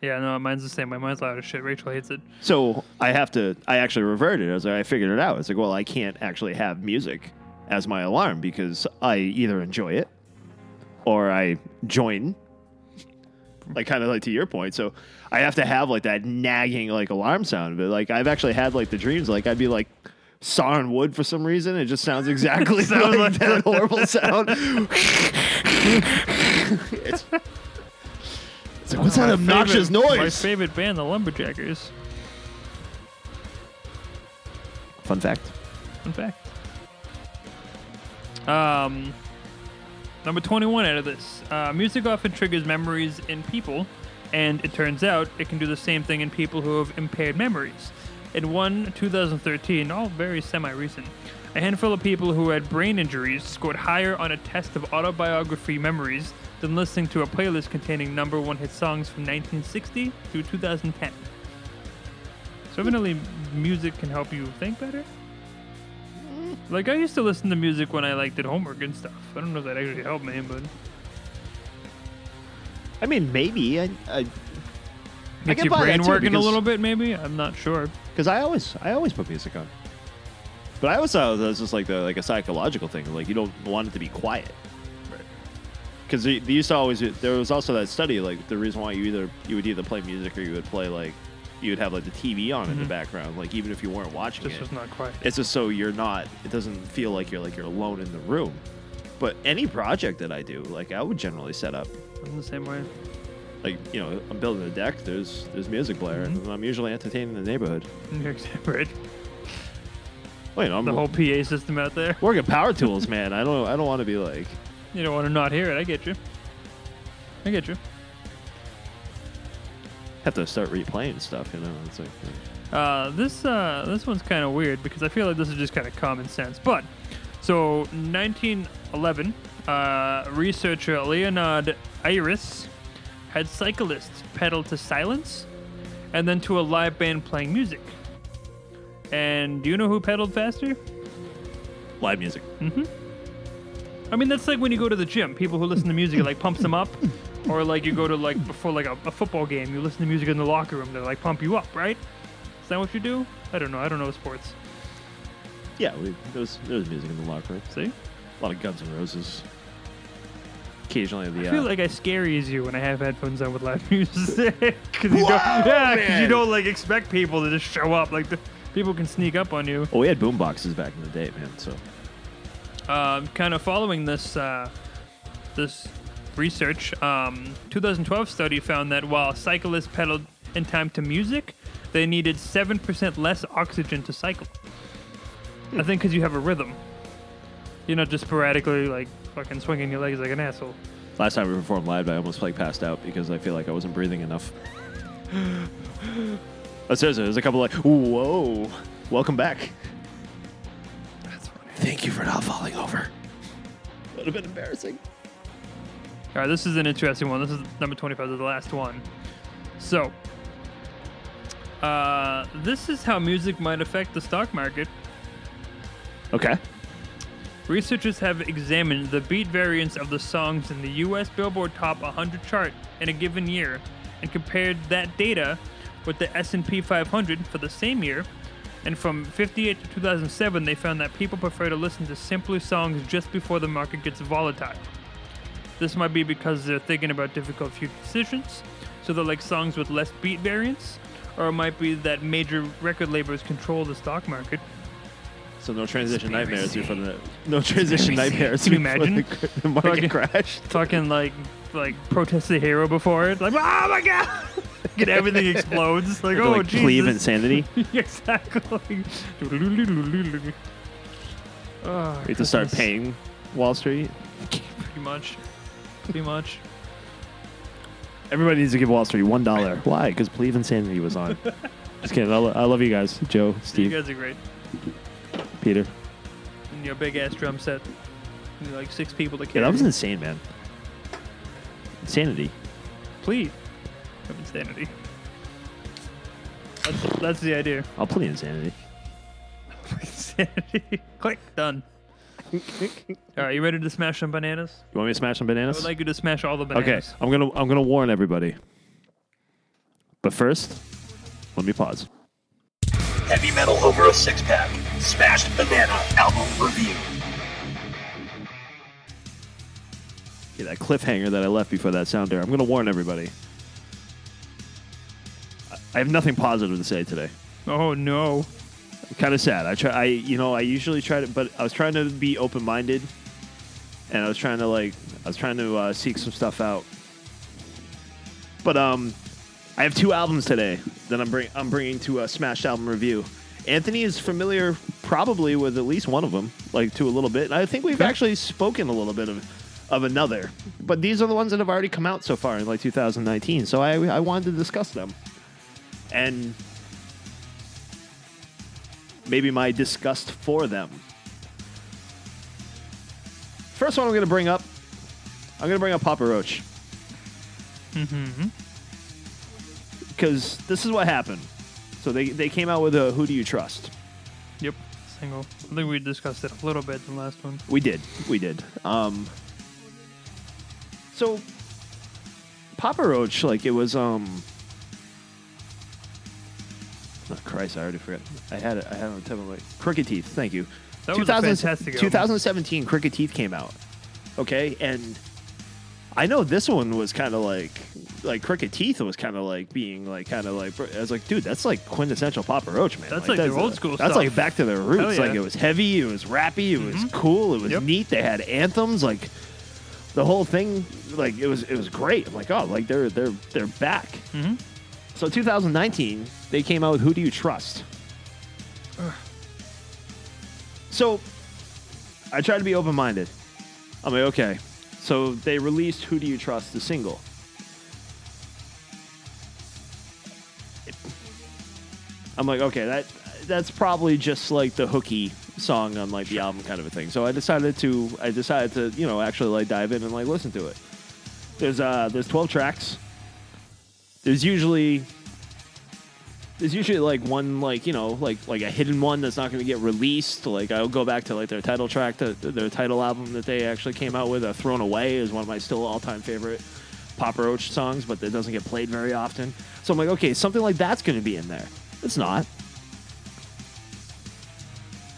Speaker 4: Yeah, no, mine's the same. My mine's loud as shit. Rachel hates it.
Speaker 3: So I have to. I actually reverted. I was like, I figured it out. It's like, well, I can't actually have music as my alarm because I either enjoy it or I join. Like kind of like to your point. So I have to have like that nagging like alarm sound. But like I've actually had like the dreams. Like I'd be like sawing wood for some reason. It just sounds
Speaker 4: [laughs]
Speaker 3: exactly
Speaker 4: Sounds
Speaker 3: like
Speaker 4: like-
Speaker 3: that horrible
Speaker 4: [laughs]
Speaker 3: sound. it's, it's like what's that obnoxious
Speaker 4: Favorite- My
Speaker 3: noise?
Speaker 4: favorite band, the Lumberjackers.
Speaker 3: Fun fact.
Speaker 4: In fact. Um, number 21 out of this. Uh, music often triggers memories in people, and it turns out it can do the same thing in people who have impaired memories. In one 2013, all very semi recent, a handful of people who had brain injuries scored higher on a test of autobiography memories than listening to a playlist containing number one hit songs from 1960 through 2010. So, evidently, music can help you think better? Like I used to listen to music when I like did homework and stuff. I don't know if that actually helped me, but
Speaker 3: I mean, maybe I, I
Speaker 4: gets
Speaker 3: can
Speaker 4: your
Speaker 3: buy that
Speaker 4: brain
Speaker 3: too,
Speaker 4: working
Speaker 3: because-
Speaker 4: a little bit. Maybe I'm not sure.
Speaker 3: Because I always, I always put music on. But I always thought it was just like the like a psychological thing. Like you don't want it to be quiet. Because they, they used to always. There was also that study. Like the reason why you either you would either play music or you would play like you'd have like the TV on in the background, like even if you weren't watching
Speaker 4: Mm-hmm. Just
Speaker 3: it.
Speaker 4: was not quiet.
Speaker 3: It's just so you're not. It doesn't feel like you're like you're alone in the room. But any project that I do, like I would generally set up.
Speaker 4: I'm the same way. [laughs]
Speaker 3: Like you know, I'm building a deck. There's there's music blaring,
Speaker 4: Mm-hmm.
Speaker 3: and I'm usually entertaining the neighborhood.
Speaker 4: You're separate.
Speaker 3: Well, you know, I'm
Speaker 4: The whole PA system out there.
Speaker 3: working power tools, man. I don't I don't want to be like
Speaker 4: You don't want to not hear it. I get you. I get you.
Speaker 3: have to start replaying stuff. You know, it's like
Speaker 4: Uh, this uh, this one's kind of weird because I feel like this is just kind of common sense. But so 1911, uh, researcher Leonard Iris had cyclists pedal to silence and then to a live band playing music. And do you know who pedaled faster?
Speaker 3: live music.
Speaker 4: I mean, that's like when you go to the gym. People who listen to music, it like pumps them up, or like you go to like before like a, a football game, you listen to music in the locker room to like pump you up, right? Is that what you do? I don't know. I don't know sports.
Speaker 3: Yeah, we, there was there was music in the locker room.
Speaker 4: See,
Speaker 3: A lot of Guns N' Roses. Occasionally the.
Speaker 4: I feel
Speaker 3: uh,
Speaker 4: like I scaries you when I have headphones on with live [laughs] music. 'Cause you don't, yeah, because you don't like expect people to just show up. Like the, people can sneak up on you.
Speaker 3: well, we had boom boxes back in the day, man. So
Speaker 4: um, kind of following this uh, this research, um, 2012 study found that while cyclists pedaled in time to music, they needed seven percent less oxygen to cycle. I think because you have a rhythm. You're not just sporadically like fucking swinging your legs like an asshole.
Speaker 3: last time we performed live, I almost like passed out because I feel like I wasn't breathing [gasps] enough. oh, seriously, there's a couple like, whoa, welcome back.
Speaker 4: That's funny.
Speaker 3: Thank you for not falling over. That would have been embarrassing.
Speaker 4: All right, this is an interesting one. This is number 25, the last one. So, uh, this is how music might affect the stock market.
Speaker 3: Okay.
Speaker 4: Researchers have examined the beat variance of the songs in the US Billboard Top 100 chart in a given year and compared that data with the S&P 500 for the same year. And from 58 to 2007, they found that people prefer to listen to simpler songs just before the market gets volatile. This might be because they're thinking about difficult future decisions, so they like songs with less beat variance, or it might be that major record labels control the stock market.
Speaker 3: So no transition nightmares before the no transition nightmares.
Speaker 4: Can you
Speaker 3: before
Speaker 4: imagine?
Speaker 3: the, cr- [laughs] the market
Speaker 4: Fucking- [laughs]
Speaker 3: crashed?
Speaker 4: fucking like like protest the hero before it. Like, oh my god! [laughs] and everything
Speaker 3: [laughs]
Speaker 4: explodes. Like, oh
Speaker 3: like cleave [laughs]
Speaker 4: Jesus! [laughs]
Speaker 3: insanity.
Speaker 4: exactly. [laughs] oh,
Speaker 3: We have to start paying Wall Street.
Speaker 4: Pretty much.
Speaker 3: [laughs]
Speaker 4: Pretty much.
Speaker 3: Everybody needs to give Wall Street one dollar. Why? Because Believe Insanity was
Speaker 4: [laughs]
Speaker 3: on. Just kidding. I, lo- I love you guys, Joe,
Speaker 4: You
Speaker 3: Steve,
Speaker 4: guys are great.
Speaker 3: Peter.
Speaker 4: And your big ass drum set. You like six people to
Speaker 3: Yeah,
Speaker 4: carry.
Speaker 3: that was insane, man. Insanity.
Speaker 4: Please. Of insanity. That's, that's the idea. [laughs]
Speaker 3: I'll play Insanity.
Speaker 4: Insanity. Click. Done. All right, you ready to smash some bananas?
Speaker 3: You want me to smash some
Speaker 4: I
Speaker 3: bananas?
Speaker 4: would like you to smash all the
Speaker 3: okay,
Speaker 4: bananas.
Speaker 3: I'm gonna I'm gonna warn everybody. But first, let me pause.
Speaker 1: Heavy metal over a six pack. Smashed Banana album review.
Speaker 3: Yeah, that cliffhanger that I left before that sounder. I'm gonna warn everybody. I- I have nothing positive to say today.
Speaker 4: Oh no.
Speaker 3: kind of sad. I try, I you know, I usually try to, but I was trying to be open minded, and I was trying to like, I was trying to uh, seek some stuff out. But um, I have two albums today that I'm bring I'm bringing to a smashed album review. Anthony is familiar probably with at least one of them, like to a little bit. And I think we've actually spoken a little bit of of another, but these are the ones that have already come out so far in like 2019. So I I wanted to discuss them, and maybe my disgust for them. First one I'm going to bring up, I'm going to bring up Papa Roach. Because this is what happened. So they, they came out with a Who Do You Trust?
Speaker 4: Yep. Single. I think we discussed it a little bit in the last one.
Speaker 3: We did. We did. Um, so Papa Roach, like it was um Oh Christ, I already forgot. I had it I had it on the tip of my Crooked Teeth, thank you.
Speaker 4: That was a
Speaker 3: 2000
Speaker 4: fantastic album.
Speaker 3: 2017 Crooked Teeth came out. Okay, and I know this one was kind of like, like Crooked Teeth was kind of like being like, kind of like, I was like, dude, that's like quintessential Papa Roach, man.
Speaker 4: That's like their old school
Speaker 3: That's
Speaker 4: stuff.
Speaker 3: like back to their roots.
Speaker 4: Oh, yeah. Mm-hmm.
Speaker 3: Like it was heavy, it was rappy, it was cool, it was
Speaker 4: Yep.
Speaker 3: neat. They had anthems, like the whole thing, like it was, it was great. I'm like, oh, like they're they're they're back.
Speaker 4: Mhm.
Speaker 3: So 2019, they came out with Who Do You Trust? So I tried to be open minded. I'm like, okay. So they released Who Do You Trust, the single. I'm like, okay, that that's probably just like the hooky song on like the album kind of a thing. So I decided to I decided to, you know, actually like dive in and like listen to it. There's uh there's 12 tracks. There's usually there's usually like one like you know like like a hidden one that's not going to get released like i'll go back to like their title track to their title album that they actually came out with uh, thrown away is one of my still all-time favorite papa roach songs but that doesn't get played very often so i'm like okay something like that's going to be in there it's not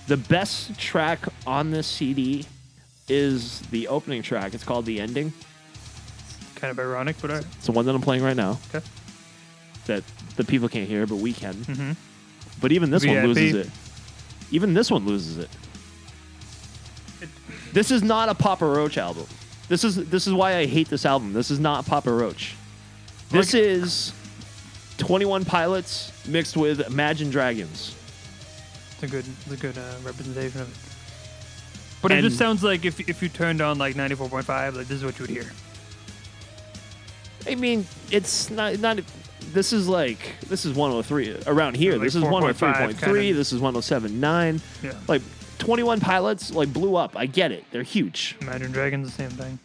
Speaker 3: the best track on this cd is the opening track it's called the ending
Speaker 4: Kind of ironic, but all right.
Speaker 3: it's the one that i'm playing right now
Speaker 4: Okay.
Speaker 3: that the people can't hear but we can
Speaker 4: Mm-hmm.
Speaker 3: But even this one
Speaker 4: VIP.
Speaker 3: loses it. Even this one loses it. This is not a Papa Roach album. This is this is why I hate this album. This is not Papa Roach. This is 21 Pilots mixed with Imagine Dragons.
Speaker 4: It's a good, it's a good uh, representation of it. But it
Speaker 3: And-
Speaker 4: just sounds like if, if you turned on like 94.5, like this is what you would hear.
Speaker 3: I mean, it's not not this is like this is 103 around here.
Speaker 4: Like
Speaker 3: this is
Speaker 4: 4.5
Speaker 3: 103.3,
Speaker 4: kinda.
Speaker 3: this is 107.9.
Speaker 4: Yeah.
Speaker 3: Like 21 Pilots like blew up. I get it. They're huge.
Speaker 4: Imagine Dragons, the same thing.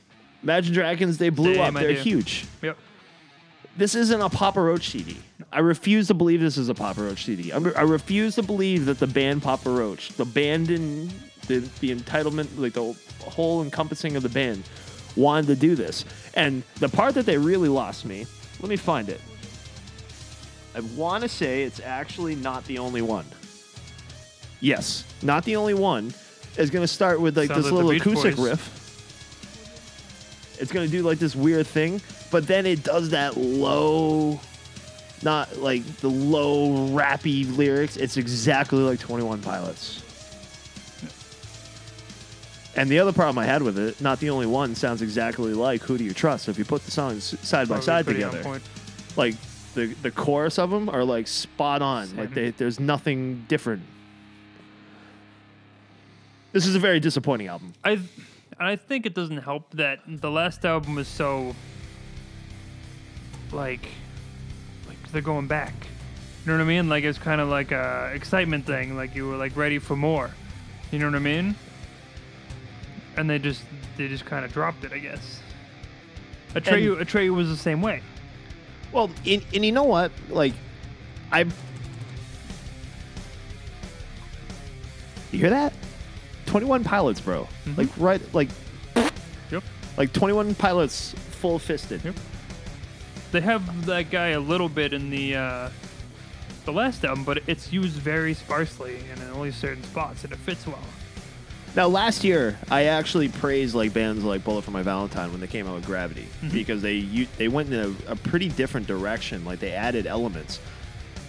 Speaker 3: Imagine Dragons they blew
Speaker 4: Same
Speaker 3: up. They're
Speaker 4: idea.
Speaker 3: huge.
Speaker 4: Yep.
Speaker 3: this isn't a Papa Roach CD. I refuse to believe this is a Papa Roach CD. I, I refuse to believe that the band Papa Roach, the band in the, the entitlement, like the whole encompassing of the band, wanted to do this. And the part that they really lost me, let me find it. I want to say it's actually not the only one. Yes, not the only one. Is going to start with like
Speaker 4: Sounds
Speaker 3: this
Speaker 4: like the
Speaker 3: little
Speaker 4: Beach
Speaker 3: acoustic
Speaker 4: Boys.
Speaker 3: riff. It's gonna do like this weird thing, but then it does that low, not like the low rappy lyrics. It's exactly like Twenty One Pilots. And the other problem I had with it, not the only one, sounds exactly like Who Do You Trust? If you put the songs side by
Speaker 4: Probably
Speaker 3: side
Speaker 4: pretty on
Speaker 3: together,
Speaker 4: point.
Speaker 3: like the the chorus of them are like spot on. Like
Speaker 4: Same.
Speaker 3: they, there's nothing different. This is a very disappointing album.
Speaker 4: I th- I think it doesn't help that the last album was so like like they're going back. You know what I mean? Like it's kind of like a excitement thing. Like you were like ready for more. You know what I mean? And they just they just kind of dropped it, I guess. Atreyu Atreyu was the same way.
Speaker 3: Well, and, and you know what? Like, I. You hear that? Twenty One Pilots, bro. Like right, like
Speaker 4: Yep.
Speaker 3: like Twenty One Pilots, full fisted.
Speaker 4: Yep. They have that guy a little bit in the uh, the last album, but it's used very sparsely and in only certain spots, and it fits well.
Speaker 3: Now, last year, I actually praised like bands like Bullet for My Valentine when they came out with Gravity because they u- they went in a, a pretty different direction. Like they added elements,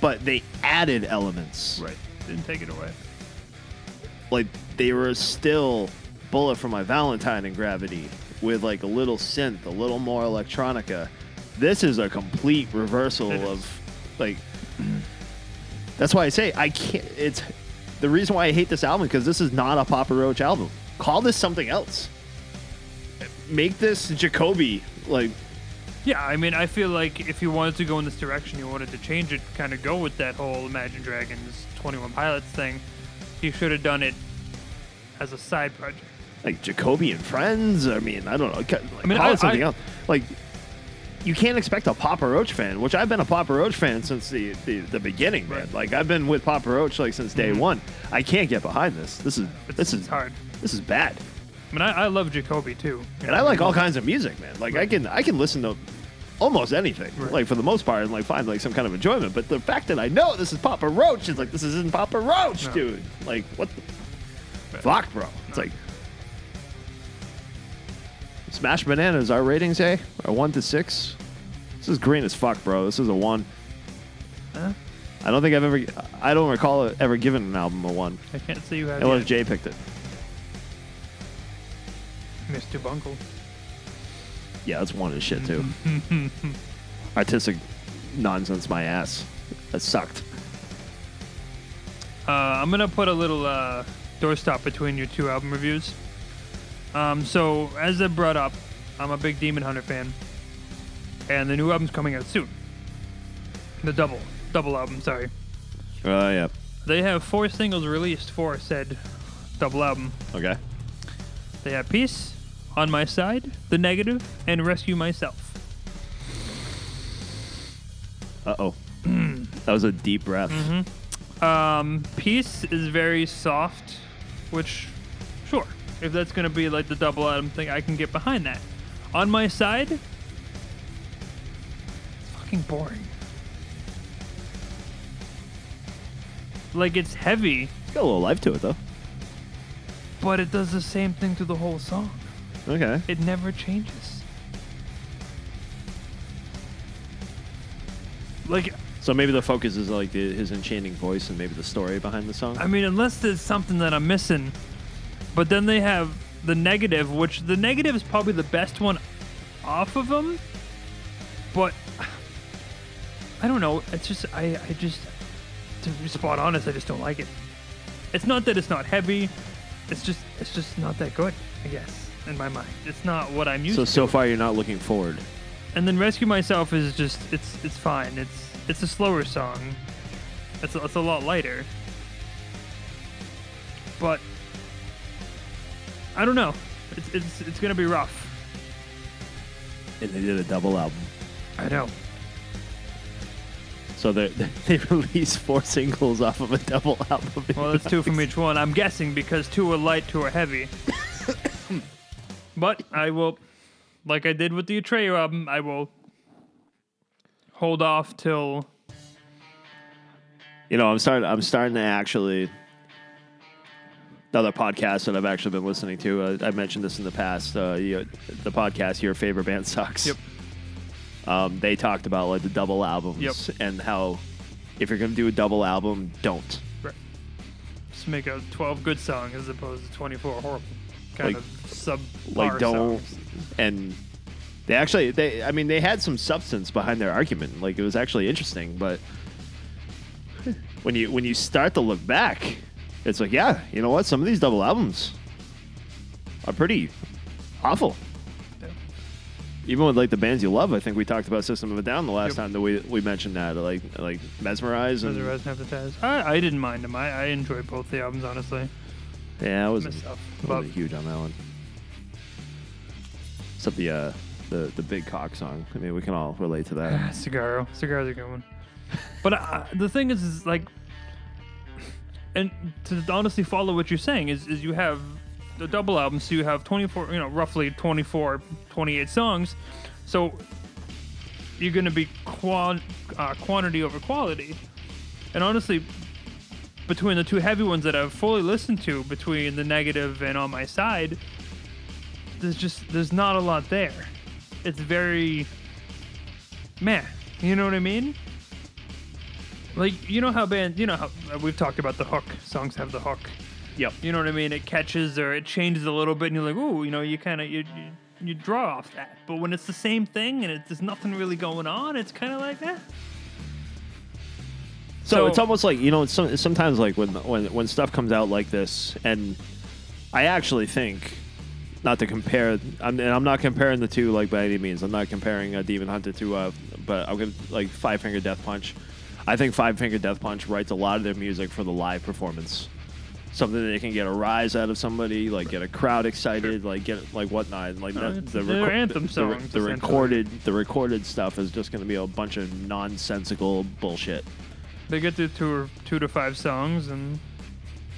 Speaker 3: but they added elements.
Speaker 4: Right. Didn't take it away.
Speaker 3: like they were still bullet for my valentine and gravity with like a little synth a little more electronica this is a complete reversal
Speaker 4: It is.
Speaker 3: of like that's why i say i can't it's the reason why i hate this album because this is not a papa roach album call this something else make this jacoby like
Speaker 4: Yeah, I mean, I feel like if you wanted to go in this direction, you wanted to change it, kind of go with that whole Imagine Dragons 21 Pilots thing, you should have done it as a side project.
Speaker 3: like Jacoby and Friends. I mean, I don't know. Ca- Like,
Speaker 4: I mean,
Speaker 3: call
Speaker 4: I-
Speaker 3: it something
Speaker 4: I-
Speaker 3: else. Like, you can't expect a Papa Roach fan, which I've been a Papa Roach fan since the the, the beginning, man.
Speaker 4: Right. Mm-hmm.
Speaker 3: Like, I've been with Papa Roach like since day one. I can't get behind this. This is
Speaker 4: It's,
Speaker 3: this
Speaker 4: it's
Speaker 3: is
Speaker 4: hard.
Speaker 3: This is bad.
Speaker 4: I mean, I, I love Jacoby too. You
Speaker 3: And
Speaker 4: know,
Speaker 3: I like all kinds of music, man. Like, I can I can listen to almost anything,
Speaker 4: Right.
Speaker 3: like for the most part, and like find like some kind of enjoyment. But the fact that I know this is Papa Roach is like this isn't Papa Roach,
Speaker 4: No.
Speaker 3: dude. Like, what the fuck, bro? It's like. Smash Bananas, our ratings, eh? Are one to six. This is green as fuck, bro. This is a one. I don't think I've ever. I don't recall ever giving an album a one.
Speaker 4: I can't see you have
Speaker 3: Unless Jay picked it.
Speaker 4: yet, Mr. Bunkle.
Speaker 3: Yeah, that's one as shit [laughs] too. Artistic nonsense, my ass. That sucked.
Speaker 4: Uh, I'm gonna put a little uh, doorstop between your two album reviews. Um, so, as I brought up, I'm a big Demon Hunter fan, and the new album's coming out soon. The double, double album. Sorry,
Speaker 3: Oh yeah.
Speaker 4: they have four singles released for said double album.
Speaker 3: Okay.
Speaker 4: They have Peace, On My Side, The Negative, and Rescue Myself.
Speaker 3: Uh [clears throat] oh. that was a deep breath.
Speaker 4: Um, Peace is very soft, which, sure, if that's going to be like the double album thing, I can get behind that. On my side, it's fucking boring. Like, it's heavy,
Speaker 3: Got a little life to it though.
Speaker 4: but it does the same thing through the whole song.
Speaker 3: Okay.
Speaker 4: It never changes. Like,
Speaker 3: So maybe the focus is like the, his enchanting voice and maybe the story behind the song.
Speaker 4: I mean, unless there's something that I'm missing. But then they have the negative, which the negative is probably the best one off of them. But [sighs] I don't know. It's just I, I just to be spot honest, I just don't like it. It's not that it's not heavy. It's just it's just not that good. I guess in my mind, it's not what I'm used
Speaker 3: so
Speaker 4: to.
Speaker 3: so far you're not looking forward.
Speaker 4: And then rescue myself is just it's it's fine. It's it's a slower song. It's a, it's a lot lighter. But I don't know. It's it's it's gonna be rough.
Speaker 3: And they did a double album.
Speaker 4: I know.
Speaker 3: So they [laughs] they released four singles off of a double [laughs] album.
Speaker 4: Well, that's two from each one. I'm guessing because two are light, two are heavy. but I will, like I did with the Atreyu album, I will hold off till
Speaker 3: you know, I'm starting. I'm starting to actually. Another podcast that I've actually been listening to. Uh, I mentioned this in the past. Uh, you, the podcast, your favorite band sucks.
Speaker 4: Yep.
Speaker 3: Um, they talked about like the double albums
Speaker 4: Yep.
Speaker 3: and how if you're gonna do a double album, don't.
Speaker 4: just make a 12 good song as opposed to 24 horrible kind
Speaker 3: Like-
Speaker 4: of sub
Speaker 3: like don't and they actually they i mean they had some substance behind their argument like it was actually interesting but when you when you start to look back it's like yeah you know what some of these double albums are pretty awful
Speaker 4: Yeah.
Speaker 3: even with like the bands you love i think we talked about system of a down the last
Speaker 4: Yep.
Speaker 3: time that we we mentioned that like like mesmerize and
Speaker 4: Mesmerize and Hypnotize. I, I didn't mind them. I, I enjoyed both the albums, honestly.
Speaker 3: yeah i was
Speaker 4: Myself. But
Speaker 3: Wasn't huge on that one. Except the uh, the the big cock song. I mean, we can all relate to that.
Speaker 4: Cigaro. Cigaro's a good one. But I, the thing is, is like, and to honestly follow what you're saying is, is you have the double album, so you have 24, you know, roughly 24, 28 songs. So you're going to be quan- uh, quantity over quality. And honestly, between the two heavy ones that I've fully listened to, between the negative and on my side, there's just there's not a lot there. It's very man, you know what I mean? Like you know how bands, you know how uh, we've talked about the hook. Songs have the hook.
Speaker 3: Yep.
Speaker 4: You know what I mean? It catches or it changes a little bit, and you're like, ooh, you know, you kind of you, you you draw off that. But when it's the same thing and it, there's nothing really going on, it's kind of like eh. that.
Speaker 3: So,
Speaker 4: So-
Speaker 3: it's almost like you know, some, sometimes like when when when stuff comes out like this, and I actually think not to compare. I'm, and I'm not comparing the two like by any means. I'm not comparing uh, Demon Hunter to, uh, but I'm gonna like Five Finger Death Punch. I think Five Finger Death Punch writes a lot of their music for the live performance. Something that they can get a rise out of somebody, like get a crowd excited, like get like whatnot. Like
Speaker 4: No,
Speaker 3: the,
Speaker 4: it's
Speaker 3: the
Speaker 4: their anthem
Speaker 3: the- the-
Speaker 4: songs,
Speaker 3: the
Speaker 4: essentially.
Speaker 3: recorded, the recorded stuff is just going to be a bunch of nonsensical bullshit.
Speaker 4: They get to two or two to five songs and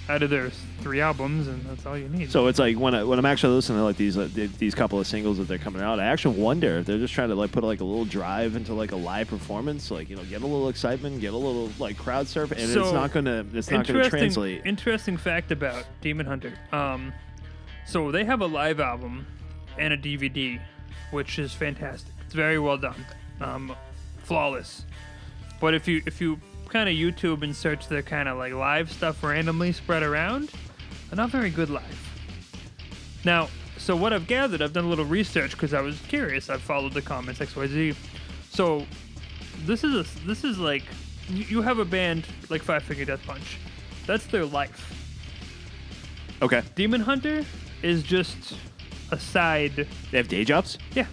Speaker 4: out of their s- three albums, and that's all you need.
Speaker 3: So it's like when I, when I'm actually listening to like these uh, th- these couple of singles that they're coming out, I actually wonder if they're just trying to like put like a little drive into like a live performance, like you know, get a little excitement, get a little like crowd surf, and
Speaker 4: So,
Speaker 3: it's not gonna it's not gonna
Speaker 4: interesting,
Speaker 3: translate.
Speaker 4: interesting fact about Demon Hunter. Um, so they have a live album and a DVD, which is fantastic. It's very well done, um, flawless. But if you if you kind of YouTube and search their kind of like live stuff randomly spread around, they're not very good live. Now, so what I've gathered, I've done a little research because I was curious. I followed the comments X Y Z. So this is a, this is like you you have a band like Five Finger Death Punch. That's their life.
Speaker 3: Okay.
Speaker 4: Demon Hunter is just a side.
Speaker 3: They have day jobs?
Speaker 4: Yeah.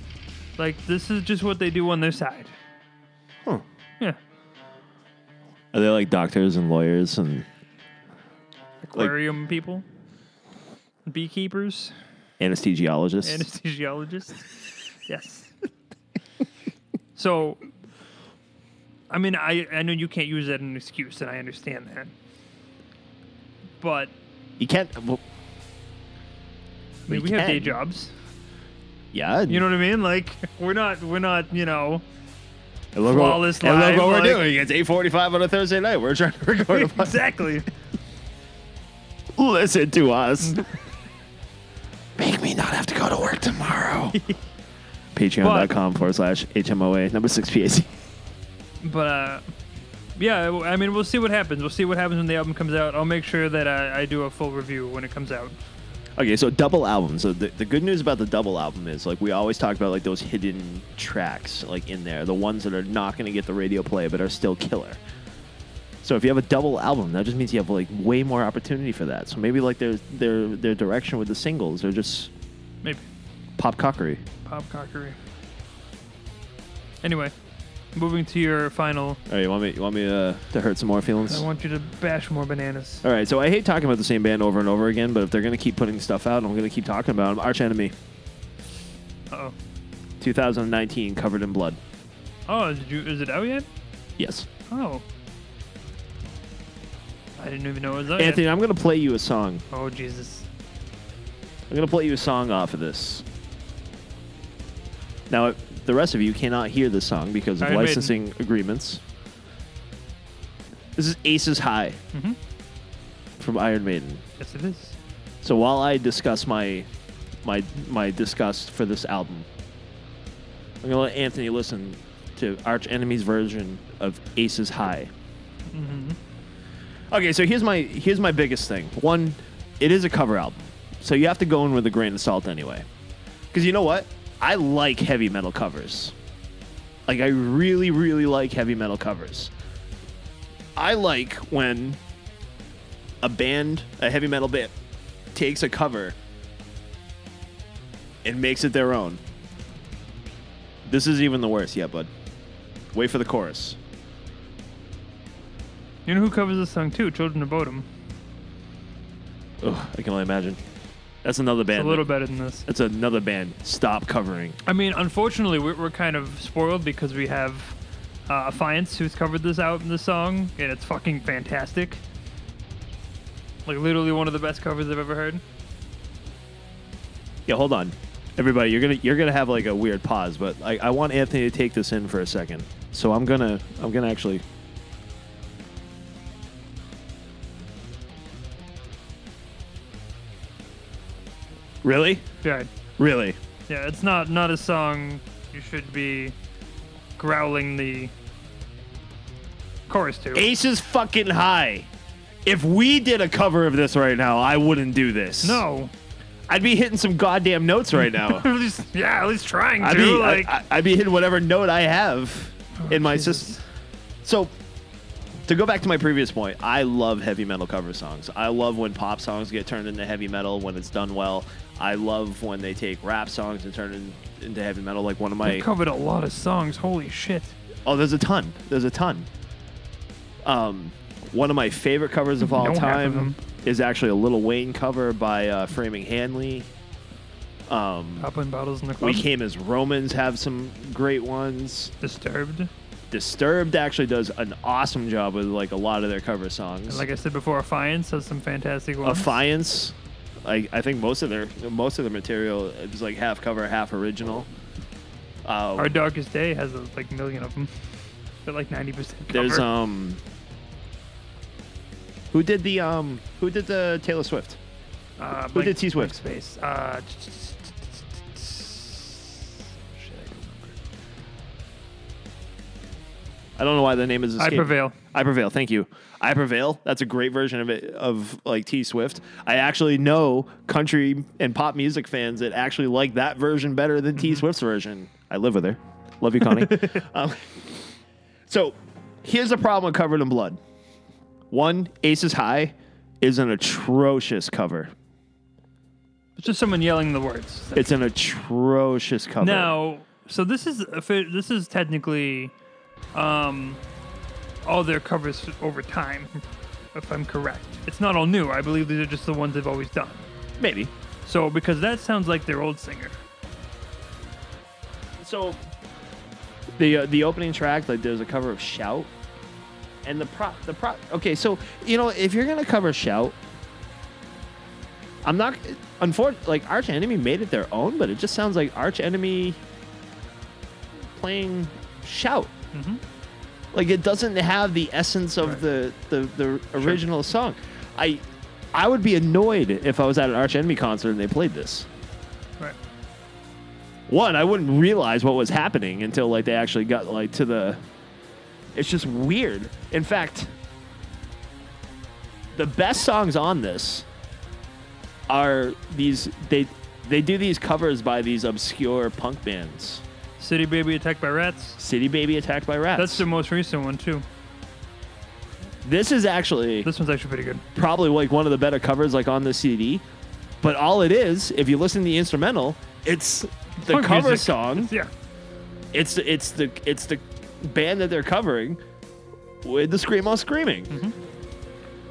Speaker 4: Like, this is just what they do on their side.
Speaker 3: Huh.
Speaker 4: Yeah.
Speaker 3: Are they like doctors and lawyers and
Speaker 4: Aquarium people, beekeepers, [laughs]
Speaker 3: anesthesiologists?
Speaker 4: anesthesiologists. yes. so, I mean, I, I know you can't use that as an excuse, and I understand that. But,
Speaker 3: you can't. Well,
Speaker 4: I mean,
Speaker 3: We
Speaker 4: we have day
Speaker 3: can.
Speaker 4: jobs.
Speaker 3: yeah.
Speaker 4: You know what I mean? Like, we're not, we're not, you know,
Speaker 3: and look
Speaker 4: flawless
Speaker 3: what, and look
Speaker 4: live,
Speaker 3: what
Speaker 4: like-
Speaker 3: we're doing. It's 8.45 on a Thursday night. We're trying to [laughs] record
Speaker 4: [laughs]
Speaker 3: a podcast.
Speaker 4: exactly.
Speaker 3: Listen to us. [laughs] Make me not have to go to work tomorrow. [laughs] Patreon.com forward slash HMOA number 6 PAC.
Speaker 4: But uh, yeah, w- I mean, we'll see what happens. We'll see what happens when the album comes out. I'll make sure that I, I do a full review when it comes out.
Speaker 3: Okay, so double album. So the, the good news about the double album is like we always talk about like those hidden tracks like in there, the ones that are not going to get the radio play but are still killer. So if you have a double album, that just means you have like way more opportunity for that. So maybe like their their their direction with the singles are just
Speaker 4: Maybe
Speaker 3: pop cockery.
Speaker 4: pop cockery. Anyway, moving to your final.
Speaker 3: All right, you want me you want me uh, to hurt some more feelings?
Speaker 4: I want you to bash more bananas.
Speaker 3: All right, so I hate talking about the same band over and over again, but if they're going to keep putting stuff out, I'm going to keep talking about them. Arch Enemy,
Speaker 4: Uh oh.
Speaker 3: 2019, Covered in Blood.
Speaker 4: Oh, did you? Is it out yet?
Speaker 3: Yes.
Speaker 4: Oh. I didn't even know it was out. yet.
Speaker 3: Anthony, I'm going to play you a song.
Speaker 4: Oh Jesus.
Speaker 3: I'm going to play you a song off of this. Now, the rest of you cannot hear this song because of
Speaker 4: Iron Maiden.
Speaker 3: licensing agreements. This is Aces High
Speaker 4: Mhm.
Speaker 3: from Iron Maiden.
Speaker 4: Yes, it is.
Speaker 3: So while I discuss my my my disgust for this album, I'm gonna let Anthony listen to Arch Enemy's version of Aces High. Okay, so here's my here's my biggest thing. One, it is a cover album, so you have to go in with a grain of salt anyway. Because you know what, I like heavy metal covers. Like I really really like heavy metal covers. I like when a band, a heavy metal band, takes a cover and makes it their own. This is even the worst. Yeah, bud. Wait for the chorus.
Speaker 4: You know who covers this song too? Children of Bodom.
Speaker 3: Ugh, I can only imagine. That's another
Speaker 4: It's
Speaker 3: band.
Speaker 4: a little better than this.
Speaker 3: That's another band. Stop covering.
Speaker 4: I mean, unfortunately, we're, we're kind of spoiled because we have uh, Affiance, who's covered this out in the song, and it's fucking fantastic. Like, literally one of the best covers I've ever heard.
Speaker 3: Yeah, hold on, everybody. You're gonna you're gonna have like a weird pause, but I, I want Anthony to take this in for a second. So I'm gonna I'm gonna actually. Really?
Speaker 4: Yeah,
Speaker 3: Really?
Speaker 4: yeah, it's not not a song you should be growling the chorus to.
Speaker 3: Ace is fucking high. If we did a cover of this right now, I wouldn't do this.
Speaker 4: No, [laughs]
Speaker 3: I'd be hitting some goddamn notes right now.
Speaker 4: at least, yeah, at least trying to.
Speaker 3: I'd be
Speaker 4: like, Oh,
Speaker 3: I, I, would be hitting whatever note I have in my
Speaker 4: Jesus.
Speaker 3: system. So to go back to my previous point, I love heavy metal cover songs. I love when pop songs get turned into heavy metal when it's done well. I love when they take rap songs and turn it into heavy metal. Like one of my
Speaker 4: I've covered a lot of songs. Holy shit!
Speaker 3: Oh, there's a ton. There's a ton. Um, one of my favorite covers of all
Speaker 4: Don't have
Speaker 3: time
Speaker 4: them.
Speaker 3: is actually a Little Wayne cover by uh, Framing Hanley. Um,
Speaker 4: Popping bottles in the club.
Speaker 3: we came as Romans have some great ones.
Speaker 4: Disturbed.
Speaker 3: Disturbed actually does an awesome job with like a lot of their cover songs.
Speaker 4: And like I said before, Affiance has some fantastic ones.
Speaker 3: Affiance, I, I think most of their most of their material is like half cover, half original. Uh,
Speaker 4: Our Darkest Day has a, like million of them. They're like ninety percent.
Speaker 3: There's um. Who did the um? Who did the Taylor Swift?
Speaker 4: uh,
Speaker 3: did T-Swift?
Speaker 4: Space. Uh,
Speaker 3: I don't know why the name is.
Speaker 4: I
Speaker 3: escaping-
Speaker 4: Prevail.
Speaker 3: I prevail. Thank you. I prevail. That's a great version of it of like T Swift. I actually know country and pop music fans that actually like that version better than
Speaker 4: Mm-hmm.
Speaker 3: T Swift's version. I live with her. Love you,
Speaker 4: [laughs]
Speaker 3: Connie. um, so here's a problem with Covered in Blood. One, Aces High is an atrocious cover.
Speaker 4: It's just someone yelling the words.
Speaker 3: It's an atrocious cover.
Speaker 4: Now, so this is a fi- this is technically um, all their covers over time, if I'm correct. It's not all new. I believe these are just the ones they've always done.
Speaker 3: maybe.
Speaker 4: So because that sounds like their old singer.
Speaker 3: So the uh, the opening track, like there's a cover of Shout, and the prop the prop. Okay, so you know if you're gonna cover Shout, I'm not. Unfortunately, like Arch Enemy made it their own, but it just sounds like Arch Enemy playing Shout. Like it doesn't have the essence of the, the the original song. I I would be annoyed if I was at an Arch Enemy concert and they played this
Speaker 4: Right.
Speaker 3: one i wouldn't realize what was happening until like they actually got like to the it's just weird in fact the best songs on this are these they they do these covers by these obscure punk bands
Speaker 4: City Baby Attacked by Rats.
Speaker 3: city baby attacked by rats
Speaker 4: That's their most recent one too.
Speaker 3: this is actually
Speaker 4: This one's actually pretty good.
Speaker 3: probably like one of the better covers like on the cd but all it is if you listen to the instrumental it's the
Speaker 4: Punk
Speaker 3: cover
Speaker 4: music.
Speaker 3: song
Speaker 4: It's- yeah.
Speaker 3: it's it's the it's the band that they're covering with the screamo screaming,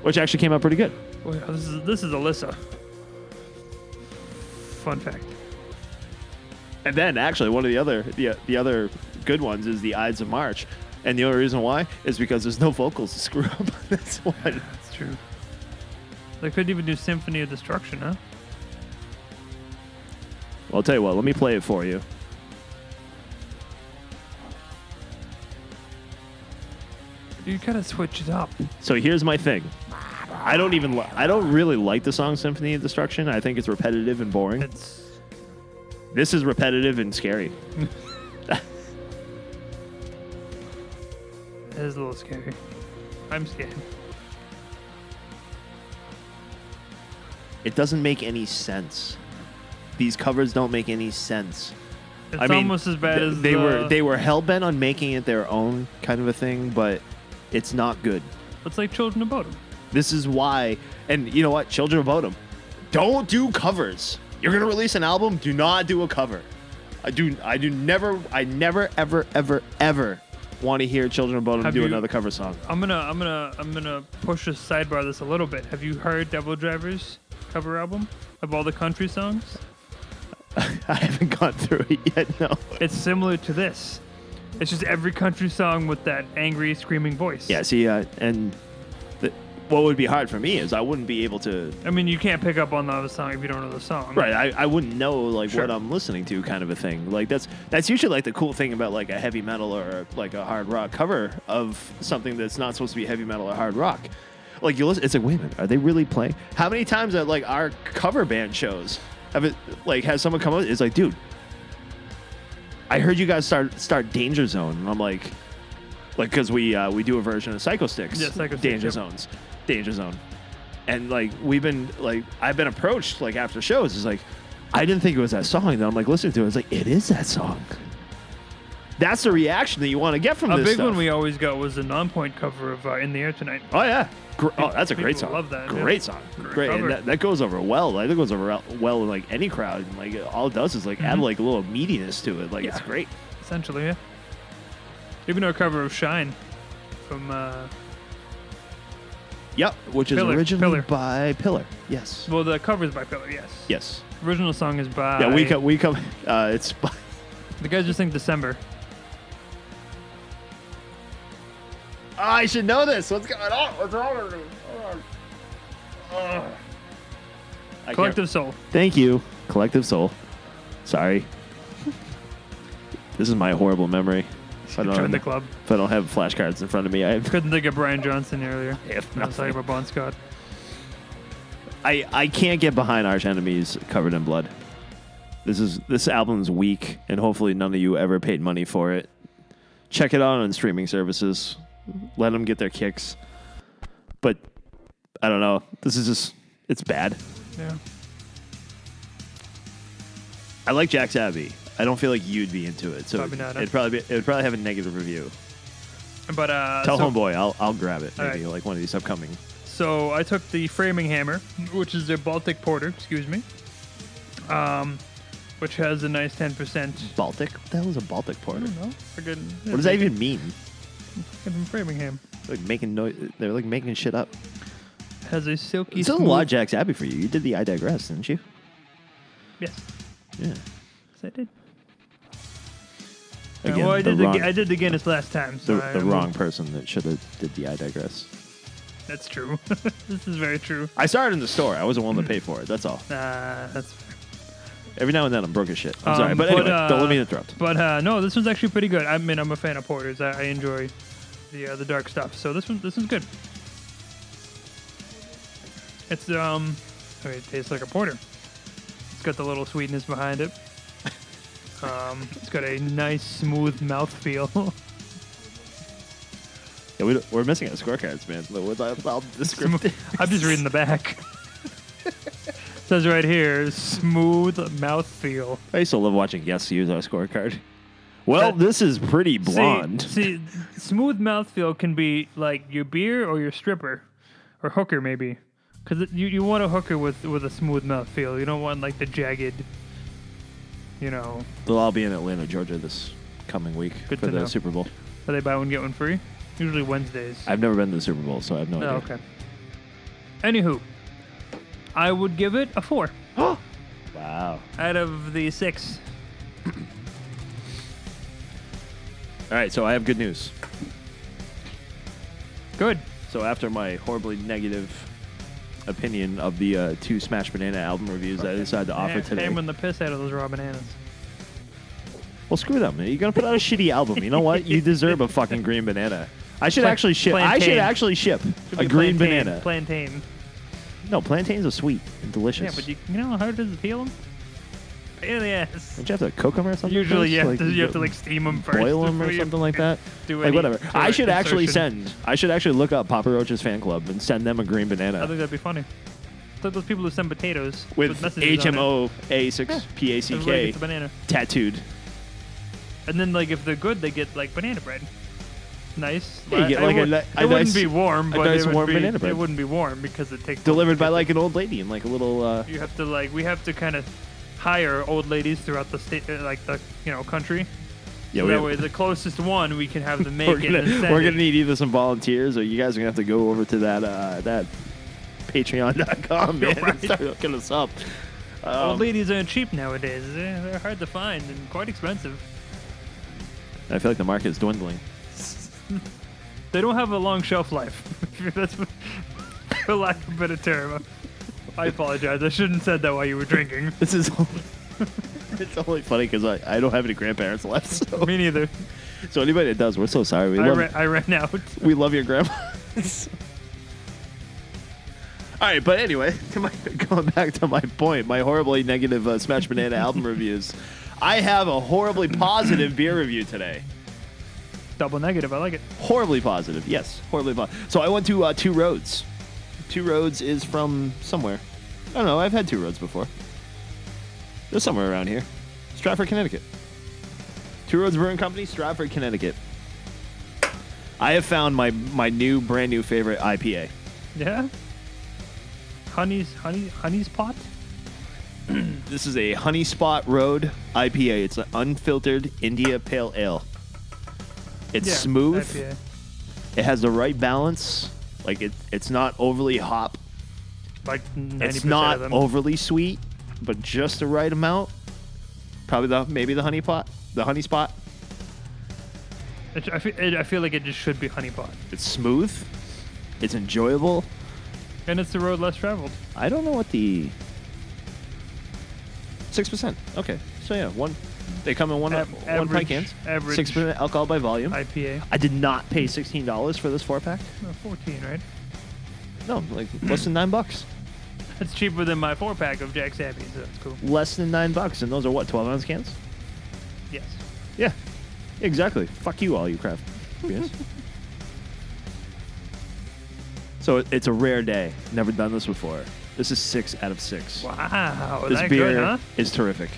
Speaker 3: which actually came out pretty good.
Speaker 4: Well, yeah, oh, this is this is Alyssa. Fun fact.
Speaker 3: And then actually one of the other the the other good ones is the Ides of March, and the only reason why is because there's no vocals to screw up on this one.
Speaker 4: That's true. They could even do Symphony of Destruction, huh?
Speaker 3: Well, I'll tell you what, let me play it for you.
Speaker 4: You gotta switch it up.
Speaker 3: So here's my thing. I don't even li- I don't really like the song Symphony of Destruction. I think it's repetitive and boring.
Speaker 4: It's
Speaker 3: This is repetitive and scary.
Speaker 4: It is a little scary. I'm scared.
Speaker 3: It doesn't make any sense. These covers don't make any sense.
Speaker 4: It's
Speaker 3: I mean,
Speaker 4: almost as bad
Speaker 3: th-
Speaker 4: as uh,
Speaker 3: they
Speaker 4: the-
Speaker 3: were. They were hell bent on making it their own kind of a thing, but it's not good.
Speaker 4: It's like Children of Bodom.
Speaker 3: This is why. And you know what? Children of Bodom, don't do covers. You're gonna release an album. Do not do a cover. I do. I do never. I never ever ever ever want to hear Children of Bodom
Speaker 4: Have
Speaker 3: do
Speaker 4: you-
Speaker 3: another cover song. [laughs]
Speaker 4: I'm gonna, I'm gonna, I'm gonna push this sidebar this a little bit. Have you heard Devil Driver's cover album of all the country songs?
Speaker 3: I haven't gone through it yet. No.
Speaker 4: It's similar to this. It's just every country song with that angry screaming voice.
Speaker 3: Yeah. See. Uh, and the, what would be hard for me is I wouldn't be able to
Speaker 4: I mean, you can't pick up on the other song if you don't know the song.
Speaker 3: Right, I, I wouldn't know like
Speaker 4: Sure.
Speaker 3: what I'm listening to, kind of a thing. Like that's that's usually like the cool thing about like a heavy metal or like a hard rock cover of something that's not supposed to be heavy metal or hard rock. Like you listen, it's like wait a minute, are they really playing? How many times at like our cover band shows have it like has someone come up? It's like, dude, I heard you guys start start Danger Zone, and I'm like, like because we uh, we do a version of Psycho Sticks,
Speaker 4: Yeah, Psycho Sticks,
Speaker 3: Danger
Speaker 4: yep.
Speaker 3: Zones, Danger Zone, and like we've been like I've been approached like after shows is like I didn't think it was that song that I'm like listening to it. it's like it is that song. That's the reaction that you want to get from
Speaker 4: A
Speaker 3: this
Speaker 4: big
Speaker 3: stuff.
Speaker 4: one we always got was the non-point cover of uh, "In the Air Tonight."
Speaker 3: oh yeah, Gr- oh that's a
Speaker 4: People
Speaker 3: great song.
Speaker 4: love that, yeah.
Speaker 3: Great song. Great, and
Speaker 4: cover.
Speaker 3: that, that goes over well. I think it goes over well in like any crowd. And, like all it does is like add like a little meatiness to it. Like it's
Speaker 4: Mm-hmm. Yeah.
Speaker 3: great.
Speaker 4: Essentially, yeah. Even our cover of Shine from uh,
Speaker 3: Yep, which is
Speaker 4: Pillar,
Speaker 3: originally
Speaker 4: Pillar.
Speaker 3: by Pillar. Yes.
Speaker 4: well, the cover is by Pillar, yes.
Speaker 3: Yes.
Speaker 4: Original song is by
Speaker 3: Yeah, we come. We come. [laughs] Uh, it's by-
Speaker 4: The guys just think December.
Speaker 3: I should know this. What's going on? What's wrong with me? Hold on. Ugh. I can't-
Speaker 4: Collective Soul.
Speaker 3: Thank you, Collective Soul. Sorry. this is my horrible memory. If I, don't
Speaker 4: Join the
Speaker 3: have,
Speaker 4: club.
Speaker 3: if I don't have flashcards in front of me, I have
Speaker 4: Couldn't think of Brian Johnson earlier.
Speaker 3: If
Speaker 4: I was talking
Speaker 3: nothing.
Speaker 4: about Bon Scott.
Speaker 3: I, I can't get behind Arch Enemies covered in blood. This is this album's weak, and hopefully none of you ever paid money for it. Check it out on streaming services. Let them get their kicks. But I don't know. This is just it's bad.
Speaker 4: Yeah.
Speaker 3: I like Jack's Abbey. I don't feel like you'd be into it. So
Speaker 4: Probably not, huh?
Speaker 3: it'd probably be, it'd probably have a negative review.
Speaker 4: But uh,
Speaker 3: Tell
Speaker 4: so,
Speaker 3: homeboy I'll I'll grab it
Speaker 4: All
Speaker 3: maybe
Speaker 4: right.
Speaker 3: like one of these upcoming.
Speaker 4: So I took the framing hammer, which is their Baltic Porter, excuse me, um, which has a nice 10%.
Speaker 3: Baltic? What the hell is a Baltic porter?
Speaker 4: No, forget.
Speaker 3: What does that even mean?
Speaker 4: From Framingham
Speaker 3: Like making noise. They're like making shit up.
Speaker 4: has a silky.
Speaker 3: It's a
Speaker 4: smooth-
Speaker 3: lot Jack's Abbey for you. You did the I digress, didn't you?
Speaker 4: Yes,
Speaker 3: Yeah.
Speaker 4: yes, I did.
Speaker 3: Again,
Speaker 4: well, I
Speaker 3: the
Speaker 4: did,
Speaker 3: wrong,
Speaker 4: the, I did the Guinness last time. So
Speaker 3: the,
Speaker 4: I-
Speaker 3: the
Speaker 4: I mean,
Speaker 3: wrong person that should have did the I digress.
Speaker 4: That's true. [laughs] this is very true.
Speaker 3: I saw it in the store. I wasn't willing to pay for it. That's all.
Speaker 4: Uh, that's fair.
Speaker 3: Every now and then I'm broke as shit. I'm sorry,
Speaker 4: Um,
Speaker 3: but anyway, don't
Speaker 4: uh,
Speaker 3: let me interrupt.
Speaker 4: But uh, no, this one's actually pretty good. I mean, I'm a fan of porters. I, I enjoy the uh, the dark stuff. So this one, this one's good. It's um, I mean, it tastes like a porter. It's got the little sweetness
Speaker 3: [laughs]
Speaker 4: behind it. Um, it's got a nice smooth [laughs] mouthfeel.
Speaker 3: Yeah, we, don't- we're missing out scorecards, man. Like, what the- I'll
Speaker 4: [laughs]
Speaker 3: descript-
Speaker 4: I'm just reading
Speaker 3: [laughs]
Speaker 4: the back. It says right here, smooth mouthfeel.
Speaker 3: I used to love watching guests use our scorecard. Well,
Speaker 4: That-
Speaker 3: this is pretty
Speaker 4: See-
Speaker 3: blonde.
Speaker 4: See, smooth mouthfeel can be like your beer or your stripper, or hooker maybe, because you, you want a hooker with with a smooth mouthfeel. You don't want like the jagged. You know,
Speaker 3: They'll all be in Atlanta, Georgia this coming week
Speaker 4: Good
Speaker 3: for
Speaker 4: to
Speaker 3: the
Speaker 4: know.
Speaker 3: Super Bowl.
Speaker 4: are they buy one get one free? Usually Wednesdays.
Speaker 3: I've never been to the Super Bowl, so I have no
Speaker 4: oh,
Speaker 3: idea.
Speaker 4: okay. Anywho, I would give it a four
Speaker 3: Wow.
Speaker 4: out of the six.
Speaker 3: All right, so I have good news.
Speaker 4: Good.
Speaker 3: So after my horribly negative opinion of the uh, two Smash Banana album reviews that I decided to offer
Speaker 4: Ham-
Speaker 3: today,
Speaker 4: Hammering the piss out of those raw bananas.
Speaker 3: well, screw them. You're gonna put out a shitty album. You know what? You deserve a fucking green banana. I should
Speaker 4: Pla-
Speaker 3: actually ship. I should
Speaker 4: plantain.
Speaker 3: actually ship
Speaker 4: Should
Speaker 3: a
Speaker 4: be
Speaker 3: green
Speaker 4: plantain-
Speaker 3: banana.
Speaker 4: Plantain.
Speaker 3: no, plantains are sweet and delicious.
Speaker 4: Yeah, but you, you know how hard it is to peel them? Pain in the ass.
Speaker 3: Don't you have to cook them or something?
Speaker 4: Usually,
Speaker 3: first?
Speaker 4: you have, to, you have
Speaker 3: b-
Speaker 4: to like steam them first.
Speaker 3: boil them
Speaker 4: before
Speaker 3: or
Speaker 4: you
Speaker 3: something like that.
Speaker 4: do
Speaker 3: like
Speaker 4: any
Speaker 3: whatever.
Speaker 4: sort
Speaker 3: I
Speaker 4: of
Speaker 3: should actually
Speaker 4: insertion.
Speaker 3: send. I should actually look up Papa Roach's fan club and send them a green
Speaker 4: I think
Speaker 3: banana
Speaker 4: that'd be funny. It's like those people who send potatoes
Speaker 3: with
Speaker 4: messages on it.
Speaker 3: HMO A6
Speaker 4: Everybody
Speaker 3: PACK
Speaker 4: gets a banana,
Speaker 3: tattooed.
Speaker 4: and then like if they're good, they get like banana bread. Nice.
Speaker 3: Yeah, you
Speaker 4: I-
Speaker 3: get,
Speaker 4: I
Speaker 3: like, a
Speaker 4: would-
Speaker 3: ni- a
Speaker 4: it wouldn't
Speaker 3: nice-
Speaker 4: be warm,
Speaker 3: a
Speaker 4: but
Speaker 3: nice
Speaker 4: it would
Speaker 3: warm
Speaker 4: be,
Speaker 3: banana bread.
Speaker 4: It wouldn't be warm because it takes
Speaker 3: delivered by like an old lady in like a little uh,
Speaker 4: You have to like we have to kind of hire old ladies throughout the state, uh, like the you know country.
Speaker 3: yeah
Speaker 4: So
Speaker 3: [laughs]
Speaker 4: that way, the closest one we can have them make
Speaker 3: we're
Speaker 4: it. and
Speaker 3: gonna,
Speaker 4: send
Speaker 3: we're
Speaker 4: it.
Speaker 3: gonna need either some volunteers or you guys are gonna have to go over to that uh, that
Speaker 4: [laughs]
Speaker 3: patreon.com man
Speaker 4: Right.
Speaker 3: and start hooking us up Um,
Speaker 4: Old ladies aren't cheap nowadays. Eh, They're hard to find and quite expensive.
Speaker 3: I feel like the market is dwindling [laughs]
Speaker 4: They don't have a long shelf life. [laughs] That's what- for lack of a better term. I apologize. I shouldn't have said that while you were
Speaker 3: [laughs]
Speaker 4: drinking.
Speaker 3: this is only, it's only funny because I, I don't have any grandparents left [laughs] so,
Speaker 4: Me neither.
Speaker 3: so anybody that does we're so sorry we
Speaker 4: I,
Speaker 3: love,
Speaker 4: ra- I ran out. [laughs]
Speaker 3: we love your [laughs] grandmas all right but anyway to my, [laughs] going back to my point my horribly negative uh, smash banana album reviews I have a horribly positive beer review today
Speaker 4: Double negative. I like it.
Speaker 3: horribly positive. Yes, horribly positive. So I went to uh, Two Roads. Two Roads is from somewhere. I don't know. I've had Two Roads before. They're somewhere around here. Stratford, Connecticut. Two Roads Brewing Company, Stratford, Connecticut. I have found my my new brand new favorite IPA.
Speaker 4: Yeah. Honey's honey honey's pot.
Speaker 3: This is a Honey Spot Road IPA. It's an unfiltered India Pale Ale. It's
Speaker 4: Yeah,
Speaker 3: smooth.
Speaker 4: IPA.
Speaker 3: It has the right balance. Like it, it's not overly hop.
Speaker 4: Like ninety
Speaker 3: It's
Speaker 4: percent of
Speaker 3: not
Speaker 4: them.
Speaker 3: overly sweet, but just the right amount. Probably the maybe the honey pot, the honey spot.
Speaker 4: It- I, feel, it, I feel like it just should be honey pot.
Speaker 3: It's smooth. It's enjoyable.
Speaker 4: And it's the road less traveled.
Speaker 3: I don't know what the six percent. Okay, so yeah, one. They come in one
Speaker 4: Av-
Speaker 3: one pint
Speaker 4: average-
Speaker 3: cans.
Speaker 4: average.
Speaker 3: Six percent alcohol by volume. I,
Speaker 4: IPA.
Speaker 3: did not pay sixteen dollars for this four pack.
Speaker 4: No, Oh, Fourteen, right?
Speaker 3: No, like less than nine bucks.
Speaker 4: That's cheaper than my four pack of Jack Sabby's. So that's cool.
Speaker 3: Less than nine bucks, and those are what twelve ounce cans.
Speaker 4: Yes.
Speaker 3: Yeah. Exactly. Fuck you, all you craft
Speaker 4: [laughs]
Speaker 3: beers. so it- it's a rare day. Never done this before. This is six out of six.
Speaker 4: Wow,
Speaker 3: This
Speaker 4: that
Speaker 3: beer
Speaker 4: good, huh?
Speaker 3: is terrific.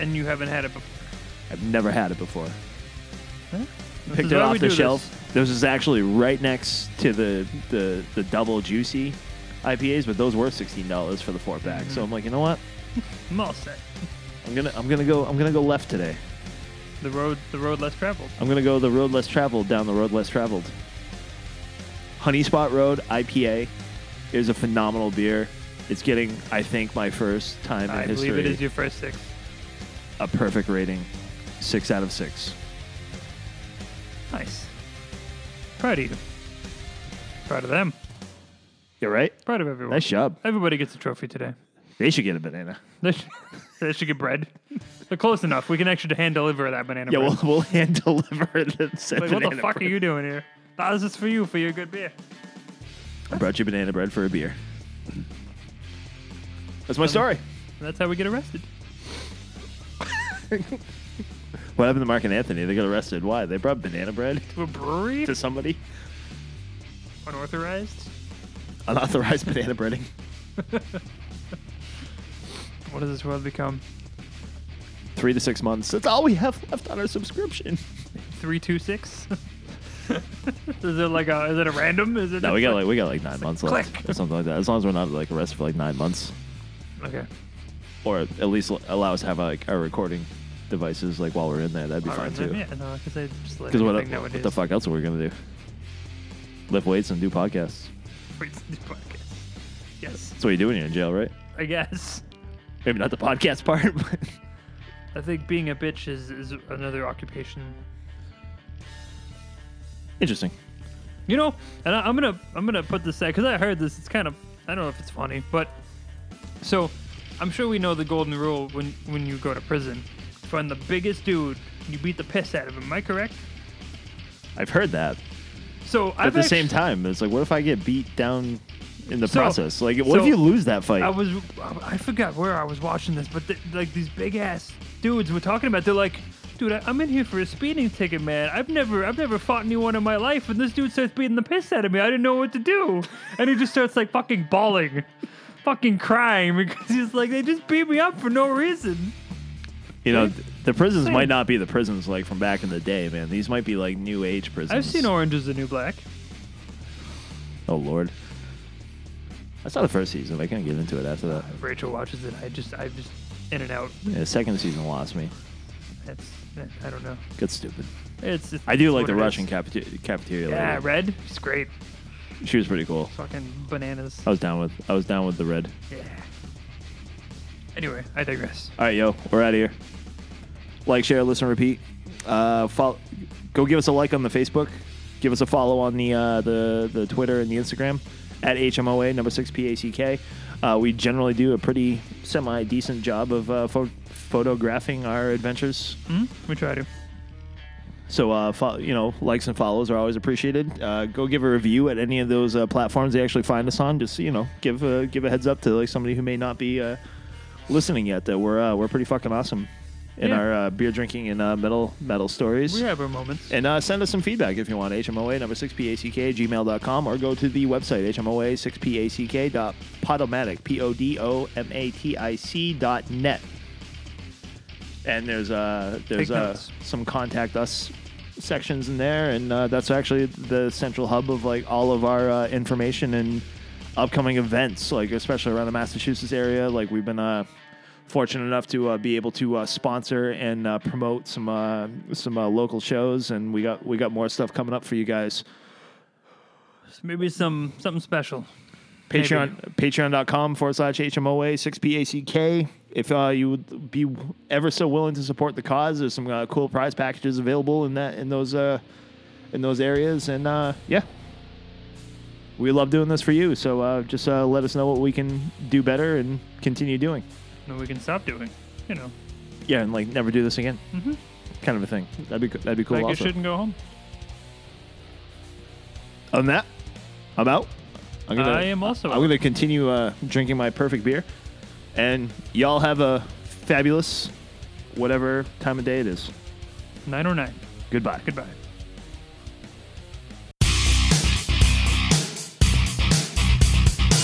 Speaker 4: And you haven't had it before.
Speaker 3: I've never had it before.
Speaker 4: This
Speaker 3: Picked
Speaker 4: is
Speaker 3: it
Speaker 4: why we
Speaker 3: off
Speaker 4: do
Speaker 3: the
Speaker 4: this.
Speaker 3: shelf. This is actually right next to the, the the double juicy IPAs, but those were sixteen dollars for the four pack.
Speaker 4: Mm-hmm.
Speaker 3: So I'm like, you know what?
Speaker 4: I'm all set.
Speaker 3: I'm gonna I'm gonna go I'm gonna go left today.
Speaker 4: The road, the road less traveled.
Speaker 3: I'm gonna go the road less traveled down the road less traveled. Honey Spot Road IPA is a phenomenal beer. It's getting, I think, my first time in
Speaker 4: I
Speaker 3: history
Speaker 4: believe it is your first six.
Speaker 3: a perfect rating, six out of six.
Speaker 4: Nice. Proud of you. Proud of them.
Speaker 3: You're right.
Speaker 4: Proud of everyone.
Speaker 3: Nice job.
Speaker 4: Everybody gets a trophy today.
Speaker 3: They should get a banana.
Speaker 4: They should, [laughs] they should get bread. They're close enough. We can actually hand deliver that banana
Speaker 3: Yeah,
Speaker 4: bread.
Speaker 3: we'll, [laughs] we'll hand deliver the said
Speaker 4: like, what
Speaker 3: banana
Speaker 4: the fuck
Speaker 3: bread.
Speaker 4: are you doing here? Nah, this is for you, for your good beer.
Speaker 3: I brought you banana bread for a beer. That's my story.
Speaker 4: And that's how we get arrested.
Speaker 3: What happened to Mark and Anthony? They got arrested. Why? They brought banana bread [laughs]
Speaker 4: To a brewery?
Speaker 3: to somebody.
Speaker 4: Unauthorized?
Speaker 3: Unauthorized banana breading.
Speaker 4: What does this world become?
Speaker 3: Three to six months. That's all we have left on our subscription.
Speaker 4: 326? [laughs] is it like a, is it a random? Is
Speaker 3: [laughs]
Speaker 4: it
Speaker 3: No, we got like we got like nine months
Speaker 4: click.
Speaker 3: left or something like that. As long as we're not like arrested for like nine months,
Speaker 4: Okay.
Speaker 3: or at least allow us to have like our recording devices like while we're in there, that'd be
Speaker 4: All
Speaker 3: fine
Speaker 4: right, then,
Speaker 3: too.
Speaker 4: yeah, no, because I just let
Speaker 3: Because what,
Speaker 4: everything
Speaker 3: what
Speaker 4: nowadays.
Speaker 3: the fuck else are we gonna do? Lift weights and do podcasts.
Speaker 4: Wait, [laughs] it's the podcast. Yes,
Speaker 3: That's what you do when you're in jail, right?
Speaker 4: I guess.
Speaker 3: Maybe not the podcast [laughs] part, but
Speaker 4: I think being a bitch is, is another occupation.
Speaker 3: interesting.
Speaker 4: You know, and I, I'm gonna I'm gonna put this out because I heard this. It's kind of I don't know if it's funny, but so I'm sure we know the golden rule when when you go to prison. Find the biggest dude, you beat the piss out of him. Am I correct?
Speaker 3: I've heard that.
Speaker 4: So
Speaker 3: But
Speaker 4: I've
Speaker 3: at the same
Speaker 4: actu-
Speaker 3: time, it's like, what if I get beat down in the
Speaker 4: So-
Speaker 3: process? Like, what if
Speaker 4: so
Speaker 3: you lose that fight?
Speaker 4: I was I forgot where I was watching this, but th like these big ass dudes were talking about. They're like, dude, I, I'm in here for a speeding ticket, man. I've never I've never fought anyone in my life, and this dude starts beating the piss out of me. I didn't know what to do, and he just starts like fucking bawling, fucking crying [laughs] because he's like, they just beat me up for no reason.
Speaker 3: you know, th- the prisons
Speaker 4: Same.
Speaker 3: might not be the prisons like from back in the day, man. These might be like new age prisons.
Speaker 4: I've seen Orange Is the New Black.
Speaker 3: Oh lord. I saw the first season. I can't get into it after that.
Speaker 4: Rachel watches it. I just I just in and out.
Speaker 3: Yeah, the second season lost me.
Speaker 4: That's I don't know.
Speaker 3: Got stupid.
Speaker 4: It's, it's
Speaker 3: I do
Speaker 4: it's
Speaker 3: like
Speaker 4: what
Speaker 3: the
Speaker 4: it is.
Speaker 3: Russian cafeteria, cafeteria
Speaker 4: Yeah,
Speaker 3: lady.
Speaker 4: red. It's great.
Speaker 3: She was pretty cool.
Speaker 4: Fucking bananas.
Speaker 3: I was down with I was down with the red.
Speaker 4: Yeah. Anyway, I digress.
Speaker 3: All right, yo, we're out of here. Like, share, listen, repeat. Uh, follow, go give us a like on the Facebook. Give us a follow on the uh, the the Twitter and the Instagram at HMOA number six PACK. Uh, we generally do a pretty semi decent job of uh, pho- photographing our adventures.
Speaker 4: We try to.
Speaker 3: So, uh, fo- you know, likes and follows are always appreciated. Uh, go give a review at any of those uh, platforms they actually find us on. Just you know, give a, give a heads up to like somebody who may not be uh, listening yet that we're uh, we're pretty fucking awesome in
Speaker 4: Yeah.
Speaker 3: our uh, beer drinking and uh, metal metal stories.
Speaker 4: We have our moments.
Speaker 3: And uh, send us some feedback if you want. HMOA number 6PACK gmail.com or go to the website HMOA 6PACK.podomatic, P O D O M A T I C dot net. And there's uh, there's
Speaker 4: Take
Speaker 3: uh,
Speaker 4: notes.
Speaker 3: some contact us sections in there. And uh, that's actually the central hub of like all of our uh, information and upcoming events, like especially around the Massachusetts area. Like we've been. Uh, fortunate enough to uh, be able to uh, sponsor and uh, promote some uh, some uh, local shows, and we got we got more stuff coming up for you guys.
Speaker 4: Maybe some something special.
Speaker 3: Patreon Patreon.com forward slash HMOA six P A C K. If uh, you would be ever so willing to support the cause, there's some uh, cool prize packages available in that in those uh, in those areas, and uh, yeah. We love doing this for you, so uh, just uh, let us know what we can do better and continue doing.
Speaker 4: that we can stop doing. You know,
Speaker 3: Yeah, and like never do this again, kind of a thing. That'd be co- that'd be cool.
Speaker 4: like Mm-hmm. you
Speaker 3: also.
Speaker 4: shouldn't go home.
Speaker 3: on that, I'm out. I'm
Speaker 4: I am also
Speaker 3: I'm
Speaker 4: out.
Speaker 3: gonna continue uh, drinking my perfect beer, and y'all have a fabulous, whatever time of day it is.
Speaker 4: 909.
Speaker 3: Goodbye.
Speaker 4: Goodbye.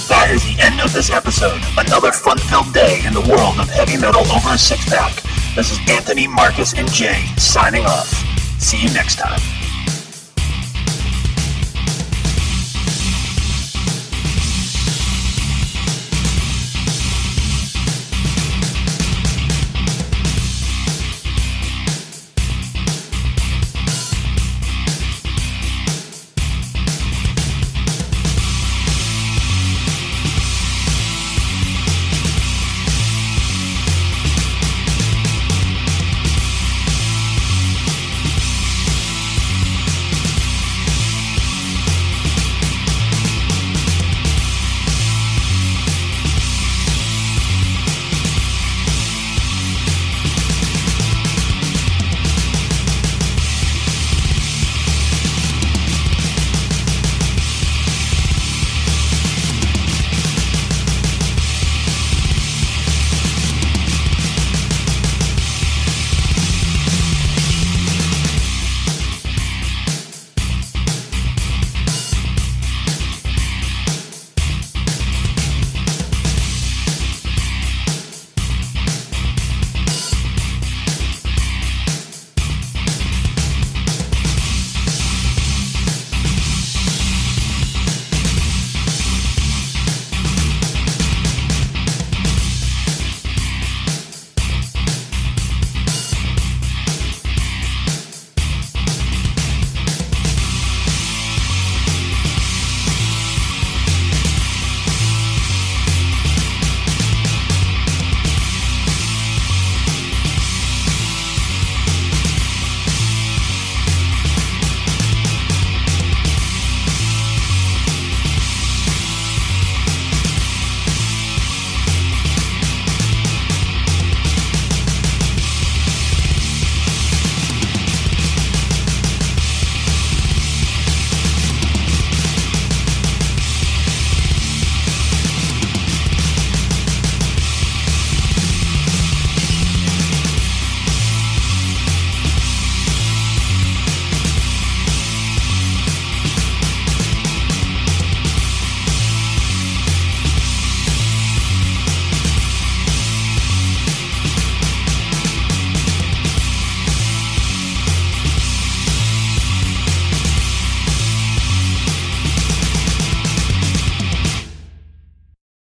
Speaker 1: That is the end of this episode. Another fun-filled day in the world of heavy metal over a six-pack. This is Anthony, Marcus, and Jay signing off. See you next time.